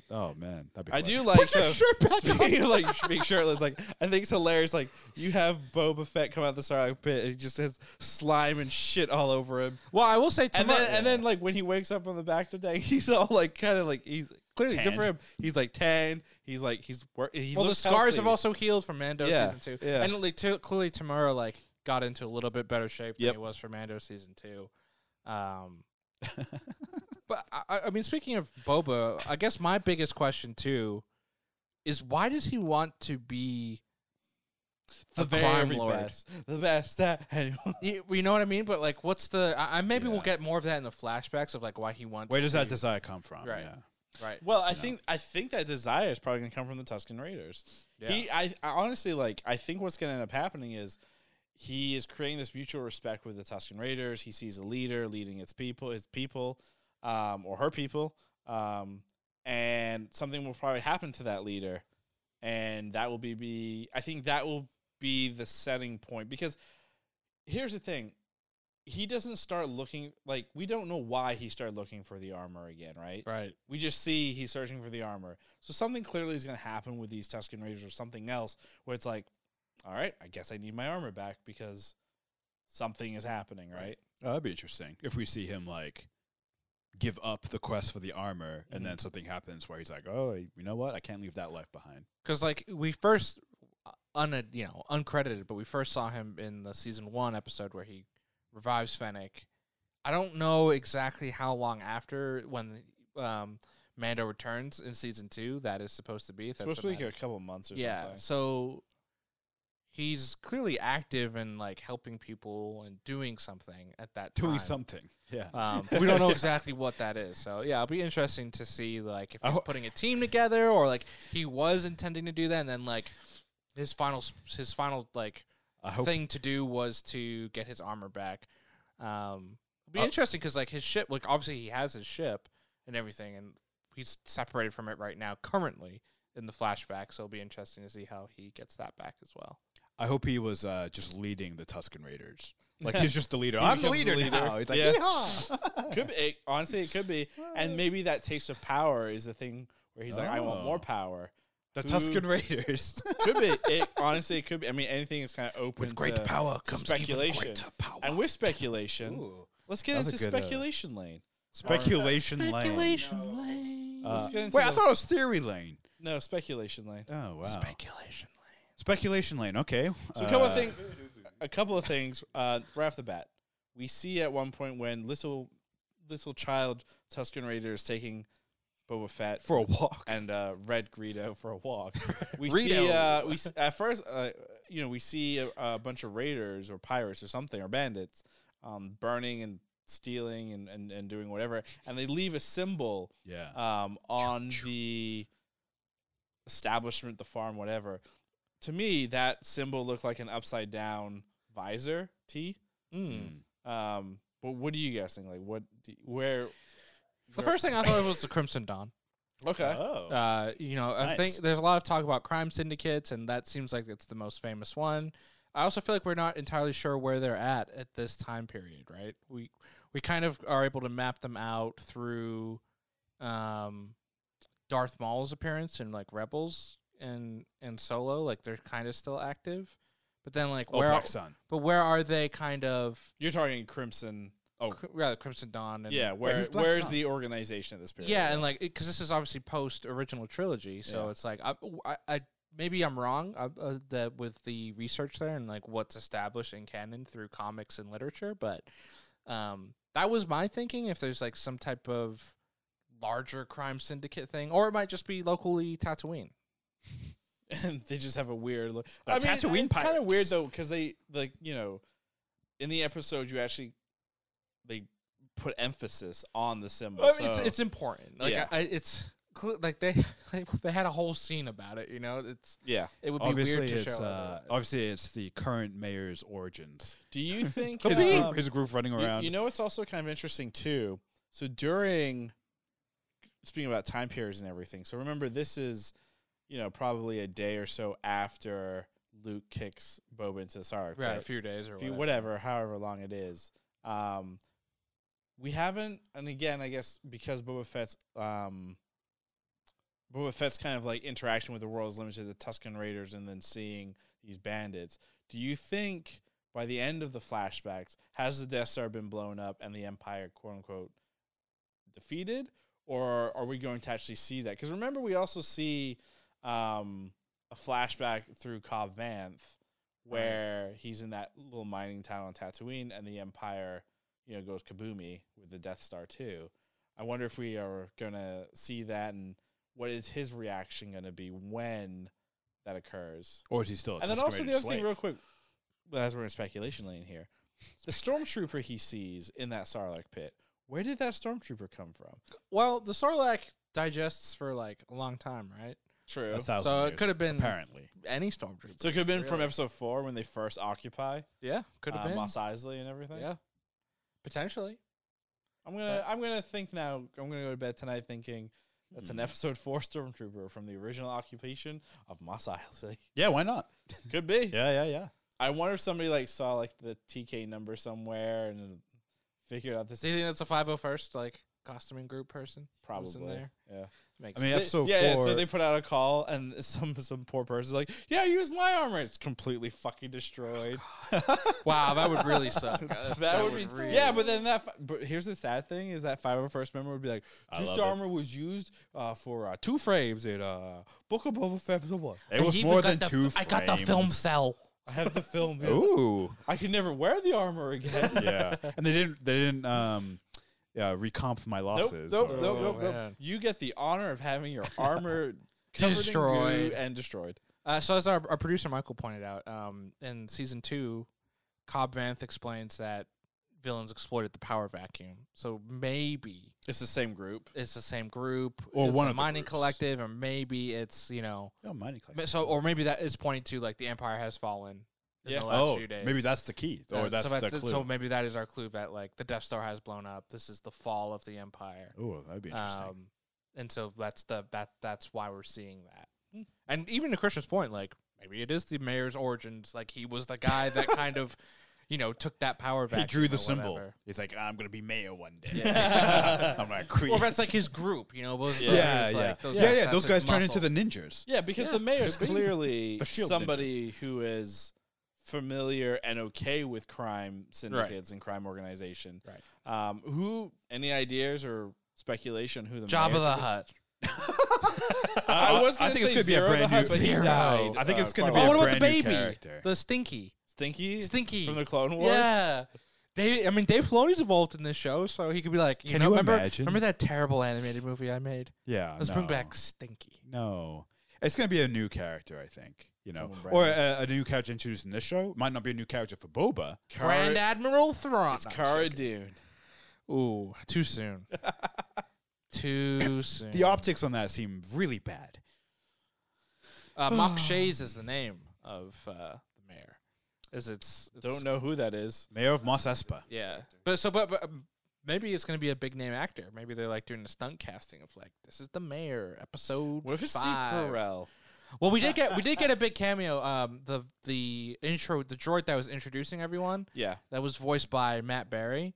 B: oh man, that'd be
A: I do like the speaking of like sh- being shirtless. Like I think it's hilarious. Like you have Boba Fett come out the Sarlacc pit and he just has slime and shit all over him.
C: Well, I will say
A: And
C: tomorrow,
A: then and then like when he wakes up on the back of the day, he's all like kind of like he's clearly good for
B: Tanned.
A: him. He's like tan. He's like he's wor- he
C: well, the
A: looks
C: scars have
A: healthy.
C: also healed from Mando
A: Yeah,
C: season two,
A: yeah.
C: and like to, clearly Tamura like got into a little bit better shape
A: Yep.
C: than he was for Mando season two. Um, but I- I, I mean, speaking of Boba, I guess my biggest question too is why does he want to be
A: the
C: a crime
A: very
C: lord?
A: best, the best that anyone.
C: You, you know what I mean? But like, what's the? I, I maybe we'll
B: Yeah.
C: get more of that in the flashbacks of like why he wants.
B: Where does that
C: to-
B: desire come from?
C: Right.
B: Yeah.
C: right?
A: Well, I think I think that desire is probably gonna come from the Tuscan Raiders. He, I, I honestly like. I think what's gonna end up happening is he is creating this mutual respect with the Tuscan Raiders. He sees a leader leading its people, his people, um, or her people, um, and something will probably happen to that leader, and that will be, be I think that will be the setting point because here's the thing. He doesn't start looking like we don't know why he started looking for the armor again, right?
C: Right.
A: We just see he's searching for the armor. So something clearly is going to happen with these Tusken Raiders or something else where it's like, all right, I guess I need my armor back because something is happening, right?
B: Oh, that'd be interesting if we see him like give up the quest for the armor, and
A: Mhm.
B: then something happens where he's like, "Oh, I- you know what? I can't leave that life behind."
C: Because like we first, uh, un you know uncredited, but we first saw him in the season one episode where he revives Fennec. I don't know exactly how long after when um, Mando returns in season two that is supposed to be. If
A: It's supposed to be
C: that's
A: like a couple months or
C: yeah.
A: something.
C: So he's clearly active and like helping people and doing something at that
B: Doing
C: time.
B: something. Yeah.
A: Uh,
C: Um, we don't know exactly what that is, so yeah, it'll be interesting to see like if he's
B: Oh.
C: putting a team together or like he was intending to do that, and then like his final s- his final like
B: I hope.
C: thing to do was to get his armor back. Um, it'll be
B: Oh.
C: interesting because like his ship, like obviously he has his ship and everything, and he's separated from it right now currently in the flashback. So it'll be interesting to see how he gets that back as well.
B: I hope he was uh, just leading the Tuscan Raiders. Like he's just the leader. I'm the
A: becomes
B: leader,
A: the leader.
B: now. He's like,
A: Yeah.
B: "Yeehaw!"
A: could be, it, honestly, it could be. And maybe that taste of power is the thing where he's like, I want more
B: Oh.
A: power.
B: the
A: Who-
B: Tuscan Raiders.
A: Could be. It, honestly, it could be. I mean, anything is kind of open
B: uh,
A: to
C: power
A: speculation.
B: power.
A: And with speculation,
B: Ooh.
A: let's get
B: That was
A: into
B: a good, uh,
A: speculation lane.
B: Speculation lane.
C: speculation lane.
B: Uh,
A: get into
B: wait, I
A: the-
B: thought it was theory lane.
A: No, speculation lane.
B: Oh wow.
C: Speculation lane.
B: speculation lane. Okay.
A: So a couple of
B: Uh,
A: things. A couple of things uh, right off the bat. We see at one point when little little child Tuscan Raider is taking Boba Fett
B: for a walk.
A: and uh, Red Greedo for a walk. We see
C: Greedo.
A: uh, we s- at first uh, you know we see a, a bunch of raiders or pirates or something or bandits um, burning and stealing and, and, and doing whatever, and they leave a symbol
B: Yeah.
A: um, on the establishment, the farm, whatever. To me, that symbol looked like an upside down visor T.
C: Mm.
B: Mm.
A: Um, but what are you guessing? Like, what? Do, where?
C: The
A: where-
C: first thing I thought of was the Crimson Dawn.
A: Okay.
B: Oh.
C: Uh, you know, I
B: Nice.
C: think there's a lot of talk about crime syndicates, and that seems like it's the most famous one. I also feel like we're not entirely sure where they're at at this time period, right? We we kind of are able to map them out through um, Darth Maul's appearance and like Rebels and and Solo, like they're kind of still active. But then like
B: oh,
C: where
B: Black Sun.
C: but where are they kind of
A: You're talking Crimson.
B: Oh,
C: cr- rather Crimson Dawn and
A: Yeah. Where?
B: who's Black
A: where's
B: Sun?
A: the organization at this period?
C: yeah, and like because this is obviously post original trilogy, so
A: Yeah.
C: it's like I, I, I maybe I'm wrong uh, uh, that with the research there and like what's established in canon through comics and literature, but um, that was my thinking. If there's like some type of larger crime syndicate thing, or it might just be locally Tatooine.
A: and they just have a weird look.
B: Uh, Tatooine
A: it's kind of weird
B: pirates.
A: though because they like you know, in the episode you actually they put emphasis on the symbol.
C: I mean, it's
A: so-
C: it's important. Like
A: Yeah.
C: I, I, it's cl- like they like, they had a whole scene about it. You know, it's
A: yeah.
C: it would be
B: obviously
C: weird to
B: it's
C: show.
B: uh,
C: otherwise.
B: obviously it's the current mayor's origins.
A: Do you think
C: Could
B: His
C: be.
B: group, his group running
A: Um, You-
B: around.
A: You, know, it's also kind of interesting too. So during speaking about time periods and everything. So remember, this is you know probably a day or so after Luke kicks Boba into the Sarlacc
C: right, a
A: pit.
C: few days or
A: If you-
C: whatever.
A: whatever, however long it is. Um, we haven't, and again, I guess because Boba Fett's um, Boba Fett's kind of like interaction with the world is limited to the Tuscan Raiders, and then seeing these bandits. Do you think by the end of the flashbacks has the Death Star been blown up and the Empire, quote unquote, defeated, or are we going to actually see that? Because remember, we also see um, a flashback through Cobb Vanth where he's in that little mining town on Tatooine, and the Empire, you know, goes kaboomy with the Death Star too. I wonder if we are going to see that, and what is his reaction going to be when that occurs?
B: or is he still? A
A: and then
B: Tusken
A: also the
B: Raider
A: other thing,
B: slave?
A: real quick, well, as we're in speculation lane here, the stormtrooper he sees in that Sarlacc pit. Where did that stormtrooper come from?
C: Well, the Sarlacc digests for like a long time, right?
A: True.
B: A thousand
C: So it
B: years,
C: could have been
B: apparently.
C: any stormtrooper.
A: So it could have been from
C: Really?
A: episode four when they first occupy
C: yeah, could have
A: uh,
C: been.
A: Mos Eisley and everything.
C: Yeah, potentially.
A: I'm gonna I'm gonna think now. I'm gonna go to bed tonight thinking That's
B: Hmm.
A: an episode four stormtrooper from the original occupation of Mos Eisley.
B: Yeah, why not?
A: Could be.
B: Yeah, yeah, yeah.
A: I wonder if somebody like saw like the TK number somewhere and figured out this
C: Do you think that's a 501st like costuming group person? who was
A: probably.
C: in there.
A: Yeah.
C: Makes
B: I mean,
A: They-
B: episode
A: yeah,
B: four.
A: so they put out a call, and some some poor person's like, "Yeah, use my armor." It's completely fucking destroyed.
C: sense. wow, that would really suck. Uh,
A: that, would be yeah. But then that. fi- But here's the sad thing: is that five hundred first member would be like,
B: I
A: "This
B: love it.
A: armor was used uh, for uh, two frames in uh, Book of Boba Fett episode one.
B: it was more than two. frames.
C: cell.
A: I have the film. yeah.
B: Ooh,
A: I can never wear the armor again."
B: yeah. And they didn't. They didn't um, uh, recomp my
A: Nope,
B: losses.
A: nope,
B: or-
A: nope,
C: Oh,
A: nope, nope.
C: man.
A: You get the honor of having your armor covered in
C: Destroyed.
A: goo and destroyed.
C: Uh, so as our, our producer Michael pointed out, um, in season two, Cobb Vanth explains that villains exploited the power vacuum. So maybe
A: It's the same group.
C: it's the same group,
B: Or
C: it's
B: one
C: a
B: of the
C: mining
B: groups.
C: collective, or maybe it's you know,
B: Oh, mining
C: ma-
B: collector.
C: so or maybe that is pointing to like the empire has fallen. In
A: Yeah.
C: the last
B: Oh,
C: few days.
B: maybe that's the key, or
C: Uh,
B: that's
C: so
B: the
C: that-
B: clue.
C: So maybe that is our clue that like the Death Star has blown up. This is the fall of the empire.
B: Ooh, that'd be interesting.
C: Um, and so that's the that that's why we're seeing that. And even to Christian's point, like maybe it is the mayor's origins. Like he was the guy that kind of, you know, took that power back.
B: he drew the symbol. He's like, I'm gonna be mayor one day.
A: Yeah.
B: I'm gonna create.
C: Or that's like his group, you know. Those
A: Yeah,
C: those
B: yeah,
C: guys,
B: yeah,
C: like, those
B: yeah,
C: guys-
B: yeah.
C: that's
B: Those
C: his
B: guys turn into
C: muscle.
B: the ninjas.
A: Yeah, because
B: Yeah,
A: the mayor's
B: could be.
A: clearly
B: The shield
A: somebody who is familiar and okay with crime syndicates and crime organization. Right. Um, who? Any ideas or speculation who the
C: Jabba
A: mayor
C: the Hut.
A: I was.
B: I
A: Gonna
B: think it's
A: say
B: gonna be a
A: Zero the
B: brand new-
A: Hutt, but he
C: Zero.
A: died,
B: I think
A: uh,
B: it's gonna
A: quite a
C: Oh,
B: be a
A: while
C: what
A: ago.
C: about the
B: brand new
C: baby?
B: character.
C: The Stinky.
A: Stinky
C: Stinky.
A: from the Clone Wars?
C: Yeah. They, I mean, Dave Filoni's involved in this show, so he could be like, you
B: Can
C: know,
B: you
C: remember,
B: imagine?
C: remember that terrible animated movie I made?
B: Yeah,
C: Let's bring
B: no.
C: back Stinky.
B: No, it's gonna be a new character. I think you know,
A: Someone brand
B: or
A: new.
B: a, a new character introduced in this show. Might not be a new character for Boba.
A: Cara,
C: Grand Admiral Thrawn.
A: it's Cara Dune.
C: Ooh, too soon. too soon.
B: The optics on that seem really bad.
C: uh, Mock Shays is the name of uh, the mayor. Is it's, it's
A: Don't know who that is.
B: Mayor of Mos Espa.
C: Yeah, but so but, but um, maybe it's gonna be a big name actor. Maybe they're like doing a stunt casting of like this is the mayor episode
A: What if it's Steve
C: five.
A: Carell?
C: Well, we did get we did get a big cameo. Um, the the intro the droid that was introducing everyone
A: Yeah.
C: that was voiced by Matt Barry.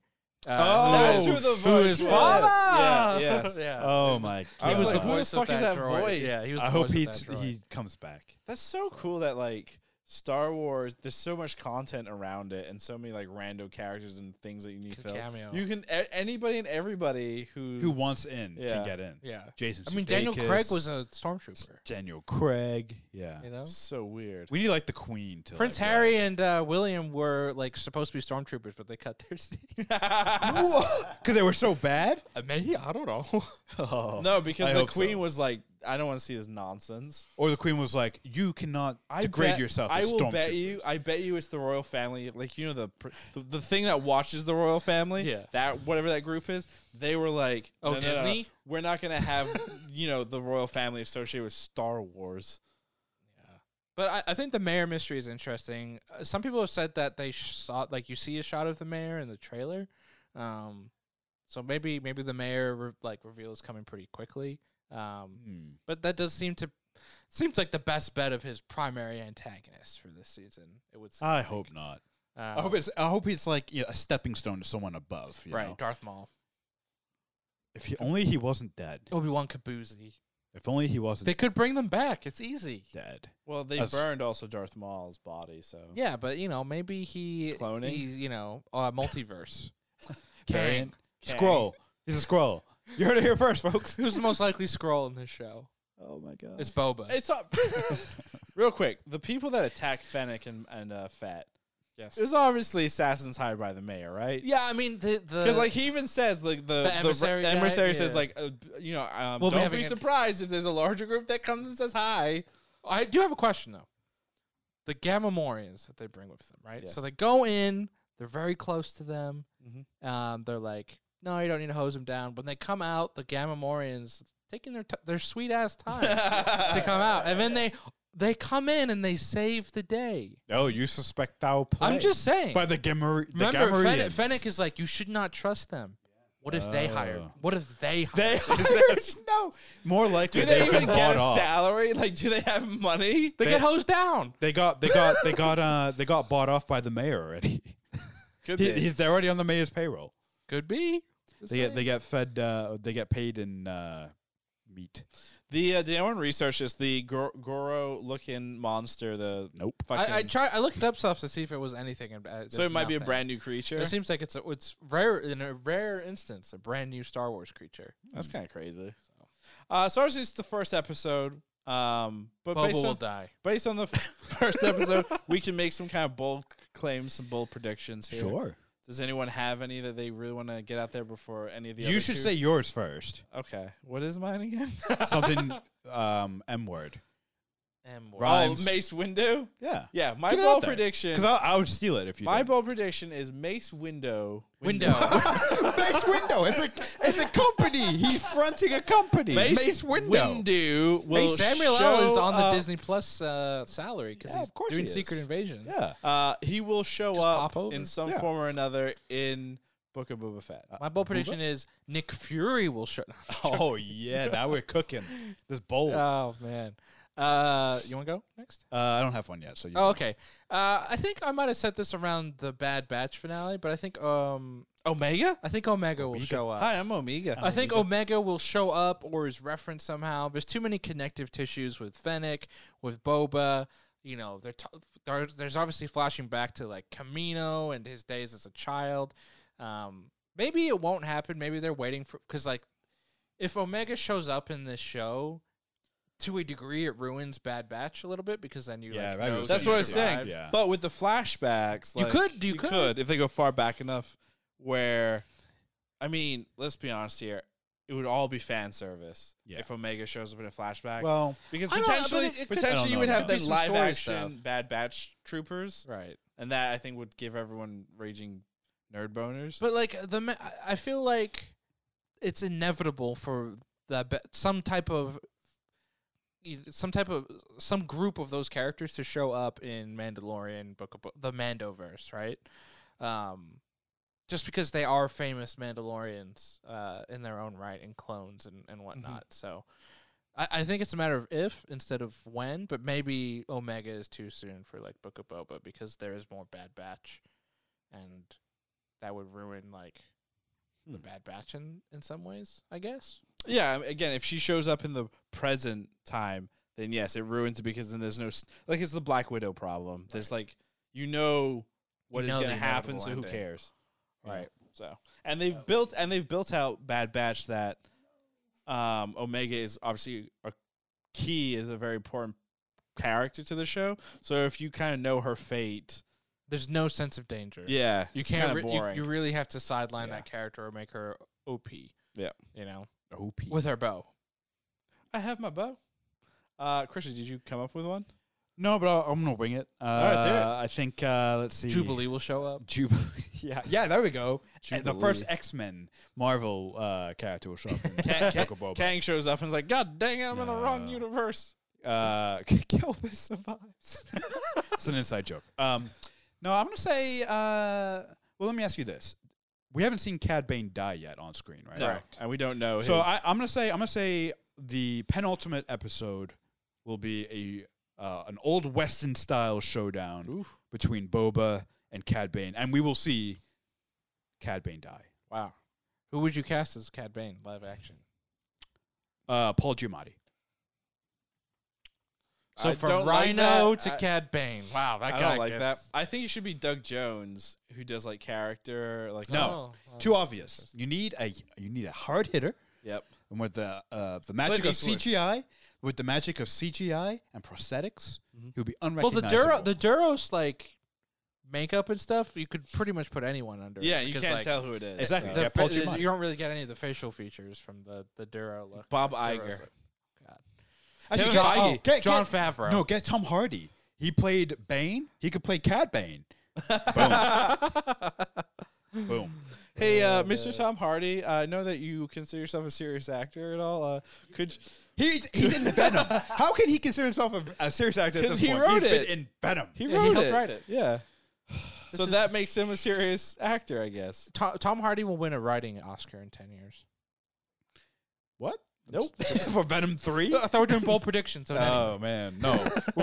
B: Oh,
C: that is-
B: that's who the
C: who
A: voice
C: is
A: was.
C: Father?
A: Yeah, yes.
C: yeah.
B: Oh my
A: I
B: god!
A: was like, who the
C: voice of
A: fuck is that
C: droid.
A: voice?
C: Yeah, he was.
B: I
C: the voice
B: hope
C: of
B: he
C: that
B: t-
C: droid.
B: he comes back.
A: That's so cool that like Star Wars, there's so much content around it and so many like random characters and things that you need
C: Could
A: filled.
C: cameo.
A: You can a- anybody and everybody who,
B: Who wants in
A: Yeah.
B: can get in.
C: Yeah.
B: Jason.
C: I mean, Daniel Craig
B: Sudeikis,
C: was a stormtrooper.
B: Daniel Craig. Yeah.
C: You know,
A: so weird.
B: We need like the Queen to
C: Prince
B: like,
C: Harry and uh, William were like supposed to be stormtroopers, but they cut their scene.
B: because they were so bad.
C: Maybe I don't know.
B: Oh.
A: no, because
B: I
A: the
B: hope
A: queen
B: so.
A: was like, I don't want to see this nonsense.
B: Or the Queen was like, "You cannot
A: I
B: degrade
A: bet-
B: yourself."
A: I
B: as
A: will bet you.
B: stormtroopers."
A: I bet you it's the royal family. Like you know the pr- the, the thing that watches the royal family.
C: Yeah.
A: That whatever that group is, they were like,
C: Oh,
A: "No, no, no, no.
C: Disney?"
A: We're not gonna have you know the royal family associated with Star Wars.
C: But I, I think the mayor mystery is interesting. Uh, some people have said that they sh- saw like you see a shot of the mayor in the trailer, um, so maybe maybe the mayor re- like reveals coming pretty quickly. Um,
B: Hmm.
C: but that does seem to seems like the best bet of his primary antagonist for this season. It would. Seem
B: I
C: like.
B: hope not.
C: Um,
B: Uh, I hope it's. I hope it's like you know, a stepping stone to someone above. you
C: right.
B: know?
C: Darth Maul,
B: If he, only he wasn't dead.
C: Obi Wan Kaboozy.
B: If only he wasn't
C: They could bring them back. It's easy.
B: dead.
A: Well, they
B: That's-
A: burned also Darth Maul's body, so
C: Yeah, but you know maybe he
A: Cloning?
C: he, you know, uh, multiverse.
B: Variant.
A: Kang.
B: Scroll. He's a scroll. You heard it here first, folks.
C: Who's the most likely scroll in this show?
B: Oh my god.
C: It's Boba.
A: It's not real quick. The people that attacked Fennec and and uh, Fett.
C: yes.
A: It was obviously assassins hired by the mayor, right?
C: Yeah, I mean the the
A: Because like he even says like the the
C: emissary
A: emissary,
C: guy,
A: emissary says
C: yeah.
A: like uh, b- you know um,
C: We'll be
A: don't
C: having
A: be
C: a-
A: surprised if there's a larger group that comes and says hi.
C: I do have a question though. The Gamamorians that they bring with them, right? So
A: Yes.
C: they go in, they're very close to them.
A: Mhm.
B: Mm-hmm.
C: Um, they're like, no, you don't need to hose them down. When they come out, the Gamamorians taking their t- their sweet ass time to come out, and then they they come in and they save the day.
B: oh, you suspect foul play.
C: I'm just saying.
B: by the Gammer. The
C: Remember, Fennec,
B: Gamorreans.
C: Fennec is like, you should not trust them. What if they hired?
B: Oh.
C: What if they
A: They
C: hired?
A: no.
B: More likely,
A: Do they
B: they've
A: even
B: been
A: get
B: bought
A: a
B: off.
A: salary? Like, do they have money?
C: They, get hosed down.
B: They got, they got, they got, uh, they got bought off by the mayor already.
A: Could
B: He-
A: be.
B: he's they're already on the mayor's payroll.
C: Could be. Just
B: They get,
C: saying.
B: they get fed, uh, they get paid in uh, meat.
A: the uh, the one research is the Gor- Goro looking monster. The
B: Nope.
A: fucking,
C: I, I try. I looked up stuff to see if it was anything. and, uh,
A: so
C: there's
A: it might be a
C: nothing.
A: brand new creature.
C: It seems like it's a, it's rare in a rare instance a brand new Star Wars creature.
A: That's kind of crazy. Uh, so ours is the first episode. Um, but
C: Boba
A: based
C: will
A: on,
C: die.
A: based on the f- first episode, we can make some kind of bold claims, some bold predictions here.
B: Sure.
A: Does anyone have any that they really want to get out there before any of the?
B: you
A: other
B: should
A: two?
B: say yours first.
A: Okay. What is mine again?
B: Something um, M word.
C: And
B: Right. Rhymes.
A: Oh, Mace Windu.
B: Yeah.
A: Yeah, my
B: Get it out
A: bold
B: there.
A: prediction.
B: Because I, I would steal it if you.
A: My
B: did.
A: bold prediction is Mace Window.
C: Oh, Window.
B: Mace Window. It's a it's a company. He's fronting a company.
A: Mace,
B: Mace, Window.
A: Windu will
C: Samuel
A: show
C: L is on the
A: up-
C: Disney Plus uh, salary because
B: Yeah,
C: he's
B: of course
C: doing
B: he
C: Secret
B: is.
C: Invasion.
B: Yeah.
A: Uh, he will show
C: Just
A: up
C: pop over.
A: in some
B: Yeah.
A: form or another in Book of Boba Fett.
C: My bold prediction is Nick Fury will shut.
B: Oh yeah. Now we're cooking. This bowl. Uh,
C: oh man. Uh, you want to go next?
B: I don't have one yet. So you
C: Oh, okay. Uh, I think I might have set this around the Bad Batch finale, but I think um,
A: Omega.
C: I think Omega will show up.
A: Hi, I'm Omega.
C: I think Omega will show up or is referenced somehow. There's too many connective tissues with Fennec, with Boba. You know, they're t- there- there's obviously flashing back to like Camino and his days as a child. Um, maybe it won't happen. Maybe they're waiting for because like if Omega shows up in this show, to a degree, it ruins Bad Batch a little bit because then you
B: Yeah,
C: like,
B: maybe
C: know
B: it was
A: That's
C: she
A: what I was
C: survived.
A: saying.
B: Yeah.
A: But with the flashbacks,
C: You
A: like,
C: could, you could.
A: if they go far back enough. Where, I mean, let's be honest here. It would all be fan service
B: Yeah.
A: if Omega shows up in a flashback.
B: Well,
A: because
C: I don't know, but
A: potentially,
C: it- it could-
B: I
A: potentially
B: don't
A: you would
B: know.
A: have
C: Could be
A: then
C: some
A: live
C: story
A: action
C: stuff.
A: Bad Batch troopers,
C: Right.
A: and that I think would give everyone raging nerd boners.
C: But like the, ma- I- I feel like it's inevitable for that ba- some type of, you- some type of some group of those characters to show up in Mandalorian book of Bo- the Mandoverse, right? Um, just because they are famous Mandalorians uh, in their own right and clones and and whatnot, so. I I think it's a matter of if instead of when, but maybe Omega is too soon for like Book of Boba because there is more Bad Batch, and that would ruin like the
B: Hmm.
C: Bad Batch in, in some ways, I guess.
A: Yeah, I mean, again, if she shows up in the present time, then yes, it ruins it because then there's no s- like it's the Black Widow problem. There's like you know what
C: You
A: is
C: know
A: going
C: the
A: to happen, so who
C: inevitable ending.
A: cares, you know?
C: Right.
A: So and they've built and they've built out Bad Batch that um, Omega is obviously a key is a very important character to the show. So if you kind of know her fate,
C: There's no sense of danger.
A: yeah,
C: you
A: it's
C: can't.
A: kinda
C: Re- you,
A: boring.
C: you really have to sideline
A: Yeah.
C: that character or make her OP.
A: Yeah.
C: you know,
B: OP.
C: with her bow.
A: I have my bow. Uh, Christian, did you come up with one?
B: No, but I'll, I'm gonna wing it. Uh,
A: right, let's hear it.
B: I think. Uh, let's see.
C: Jubilee will show up.
B: Jubilee. Yeah. Yeah. There we go. And the first
A: Jubilee.
B: X Men Marvel uh, character will show up. in
A: Kang,
B: Book of Boba.
A: Kang shows up and is like, God dang it, I'm in the wrong
B: No.
A: universe.
B: uh, Kelvis survives. it's an inside joke. Um, no, I'm gonna say. Uh, well, let me ask you this: We haven't seen Cad Bane die yet on screen, right?
A: No, and we don't know.
B: So
A: his-
B: I, I'm gonna say I'm gonna say the penultimate episode will be a uh, an old western style showdown
A: Oof.
B: between Boba and Cad Bane, and we will see Cad Bane die.
C: Wow, who would you cast as Cad Bane live action?
B: Uh, Paul Giamatti.
C: So
A: I
C: from
A: don't like
C: Rhino
A: that.
C: to
A: I-
C: Cad Bane. Wow, that
A: I
C: guy
A: don't like that.
C: gets-
A: I think it should be Doug Jones who does like character, like
B: No.
C: Oh,
A: Uh,
C: wow.
B: Too obvious. You need a you need a hard hitter.
A: Yep.
B: and with the uh, the magic of
A: Eastwood.
B: CGI, with the magic of CGI and prosthetics, he'll be
C: Mm-hmm. Well, the
B: unrecognizable.
C: Duro, the Duros like makeup and stuff, you could pretty much put anyone under.
A: Yeah, you
C: it because,
A: can't
C: like,
A: tell who it is.
B: Exactly.
A: so.
C: The
B: Yeah,
C: fa- uh,
B: Paul
C: you
B: Giamatti.
C: don't really get any of the facial features from the the Duro look.
A: Bob
C: Duro's
A: Iger.
C: look. God.
B: Actually,
C: Kevin
B: John,
C: Feige.
B: oh, get,
C: John
B: get,
C: Favreau.
B: No, get Tom Hardy. He played Bane. He could play Cad Bane. Boom. Boom.
A: Hey, uh, Mr. Tom Hardy, uh, I know that you consider yourself a serious actor at all. Uh, could
B: He's, he's in Venom. How can he consider himself a, a serious actor at
A: 'Cause
B: this
A: he
B: point?
A: wrote
B: He's
A: it.
B: been in Venom.
A: he
C: Yeah, he
A: wrote
C: helped
A: it?
C: write it.
A: Yeah. so
C: is-
A: that makes him a serious actor, I guess.
C: Tom, Tom Hardy will win a writing Oscar in ten years.
B: What?
A: Nope.
B: For Venom 3?
C: I thought we were doing bold predictions. On anyway.
B: Oh, man. No. We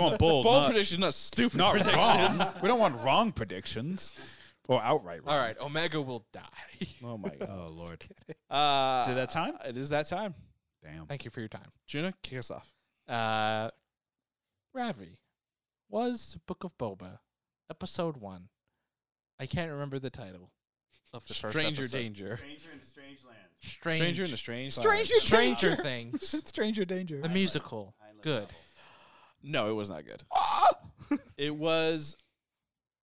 B: want bold.
A: Bold
B: not-
A: prediction, not stupid
B: not
A: prediction.
B: wrong. We don't want wrong predictions or outright wrong.
C: All right, Omega will die.
A: Oh my god.
B: Oh, Lord.
A: Uh,
B: Is it that time?
A: It is that time.
B: Damn.
C: Thank you for your time.
A: Juna, kick us off.
C: Uh, Ravi was Book of Boba, episode one. I can't remember the title of the first
A: Stranger
C: episode.
A: danger.
D: Stranger in a strange land.
C: Strange,
A: Stranger in a strange.
B: Stranger-
A: Land.
C: Stranger Things,
B: Stranger danger.
C: the musical.
D: High level
C: Good.
D: novel.
A: No, it was not good. it was.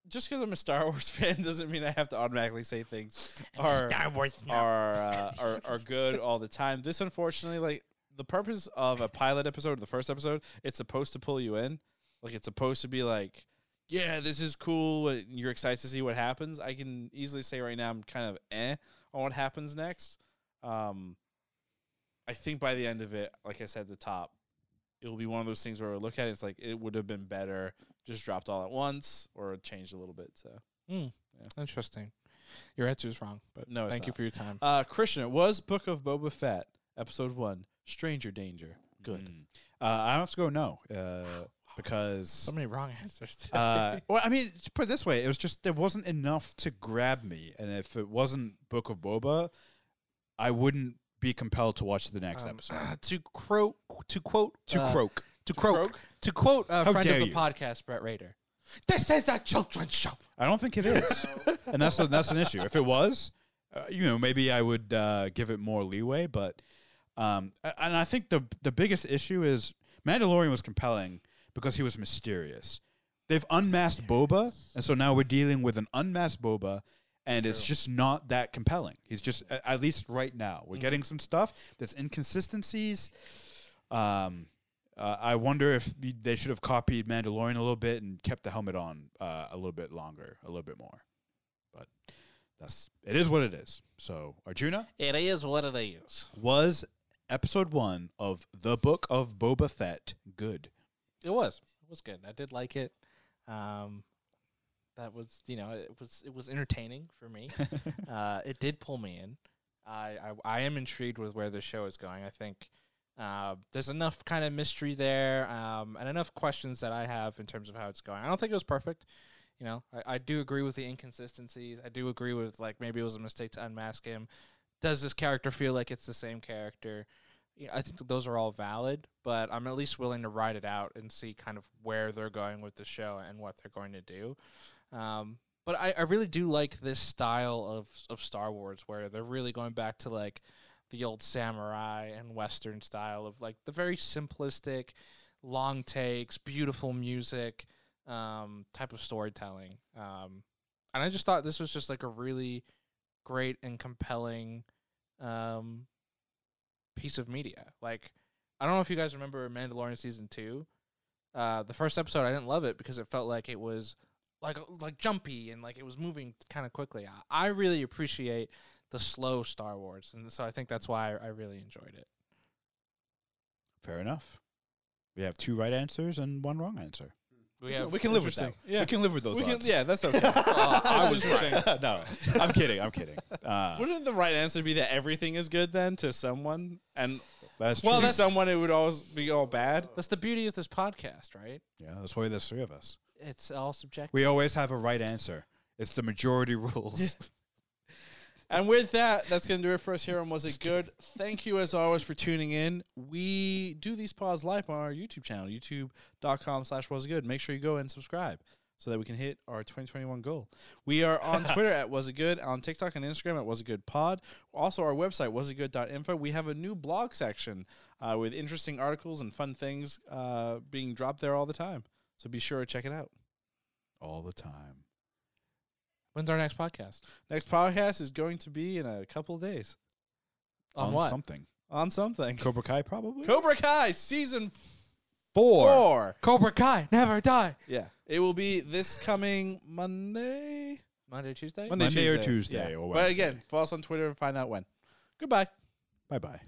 A: Just because I'm a Star Wars fan doesn't mean I have to automatically say things are
C: Wars.
A: are, uh, are are good all the time. This unfortunately, like the purpose of a pilot episode, the first episode, it's supposed to pull you in. Like it's supposed to be like, yeah, this is cool. And you're excited to see what happens. I can easily say right now, I'm kind of eh on what happens next. Um, I think by the end of it, like I said, at the top, it will be one of those things where we look at it, it's like it would have been better just dropped all at once or changed a little bit. So
C: Interesting. Your answer is wrong, but
A: no, it's
C: thank you
A: not.
C: for your time.
A: Uh, Christian, it was Book of Boba Fett, Episode One, Stranger Danger. Good.
B: Uh, I have to go no uh, because
C: so many wrong answers. today.
B: uh, well, I mean, to put it this way, it was just there wasn't enough to grab me, and if it wasn't Book of Boba, I wouldn't be compelled to watch the next
C: Um,
B: episode.
C: to croak, to quote,
B: To
C: uh,
B: croak,
C: to croak,
A: croak?
C: to quote a
B: How
C: friend of
B: dare
C: the
B: you.
C: podcast, Brett Rader. This is a children's show.
B: I don't think it is, and that's a, that's an issue. If it was, uh, you know, maybe I would uh, give it more leeway, but um, a- and I think the the biggest issue is Mandalorian was compelling because he was mysterious. They've unmasked Boba, and so now we're dealing with an unmasked Boba, and it's just not that compelling. He's just a- at least right now we're getting some stuff. There's inconsistencies. Um, uh, I wonder if y- they should have copied Mandalorian a little bit and kept the helmet on uh, a little bit longer, a little bit more. But that's it is what it is. So Arjuna
C: It is what it is.
B: was episode one of the book of Boba Fett good.
C: It was. It was good. I did like it. Um, that was, you know, it was it was entertaining for me. uh, it did pull me in. I, I I am intrigued with where the show is going. I think uh, there's enough kind of mystery there, um, and enough questions that I have in terms of how it's going. I don't think it was perfect. You know, I, I do agree with the inconsistencies. I do agree with like maybe it was a mistake to unmask him. Does this character feel like it's the same character? you know, I think that those are all valid, but I'm at least willing to ride it out and see kind of where they're going with the show and what they're going to do. Um, but I, I really do like this style of, of Star Wars where they're really going back to like the old samurai and Western style of like the very simplistic, long takes, beautiful music um, type of storytelling. Um, and I just thought this was just like a really great and compelling um, piece of media. Like, I don't know if you guys remember Mandalorian season two. Uh, the first episode, I didn't love it because it felt like it was like uh, like jumpy and like it was moving kind of quickly. I, I really appreciate the slow Star Wars, and so I think that's why I, I really enjoyed it.
B: Fair enough. We have two right answers and one wrong answer.
C: We have
B: we can live with that.
A: Interesting. Yeah.
B: We can live with those
A: We can-
B: odds.
A: yeah, that's okay. Uh,
B: I
A: That's
B: was
A: interesting.
B: right. no, I'm kidding. I'm kidding. Uh,
A: Wouldn't the right answer be that everything is good then to someone, and
B: that's
A: well,
B: true.
A: to someone it would always be all bad?
C: That's the beauty of this podcast, right?
B: yeah, that's why there's three of us.
C: It's all subjective.
B: We always have a right answer. It's the majority rules.
A: And with that, that's going to do it for us here on Was It Good? Thank you, as always, for tuning in. We do these pods live on our YouTube channel, youtube.com slash Was It Good. Make sure you go and subscribe so that we can hit our 2021 goal. We are on Twitter at Was It Good, on TikTok and Instagram at Was It Good Pod. Also, our website, wasitgood.info. We have a new blog section uh, with interesting articles and fun things uh, being dropped there all the time. So be sure to check it out.
B: All the time.
C: When's our next podcast?
A: Next podcast is going to be in a couple of days
C: On, what?
B: something.
A: on something.
B: Cobra Kai probably.
A: Cobra Kai season
B: Four.
A: four.
C: Cobra Kai, never die.
A: Yeah, it will be this coming Monday,
C: Monday, Tuesday.
B: Monday or Tuesday or
A: But
B: Wednesday.
A: again, follow us on Twitter and find out when. Goodbye.
B: Bye bye.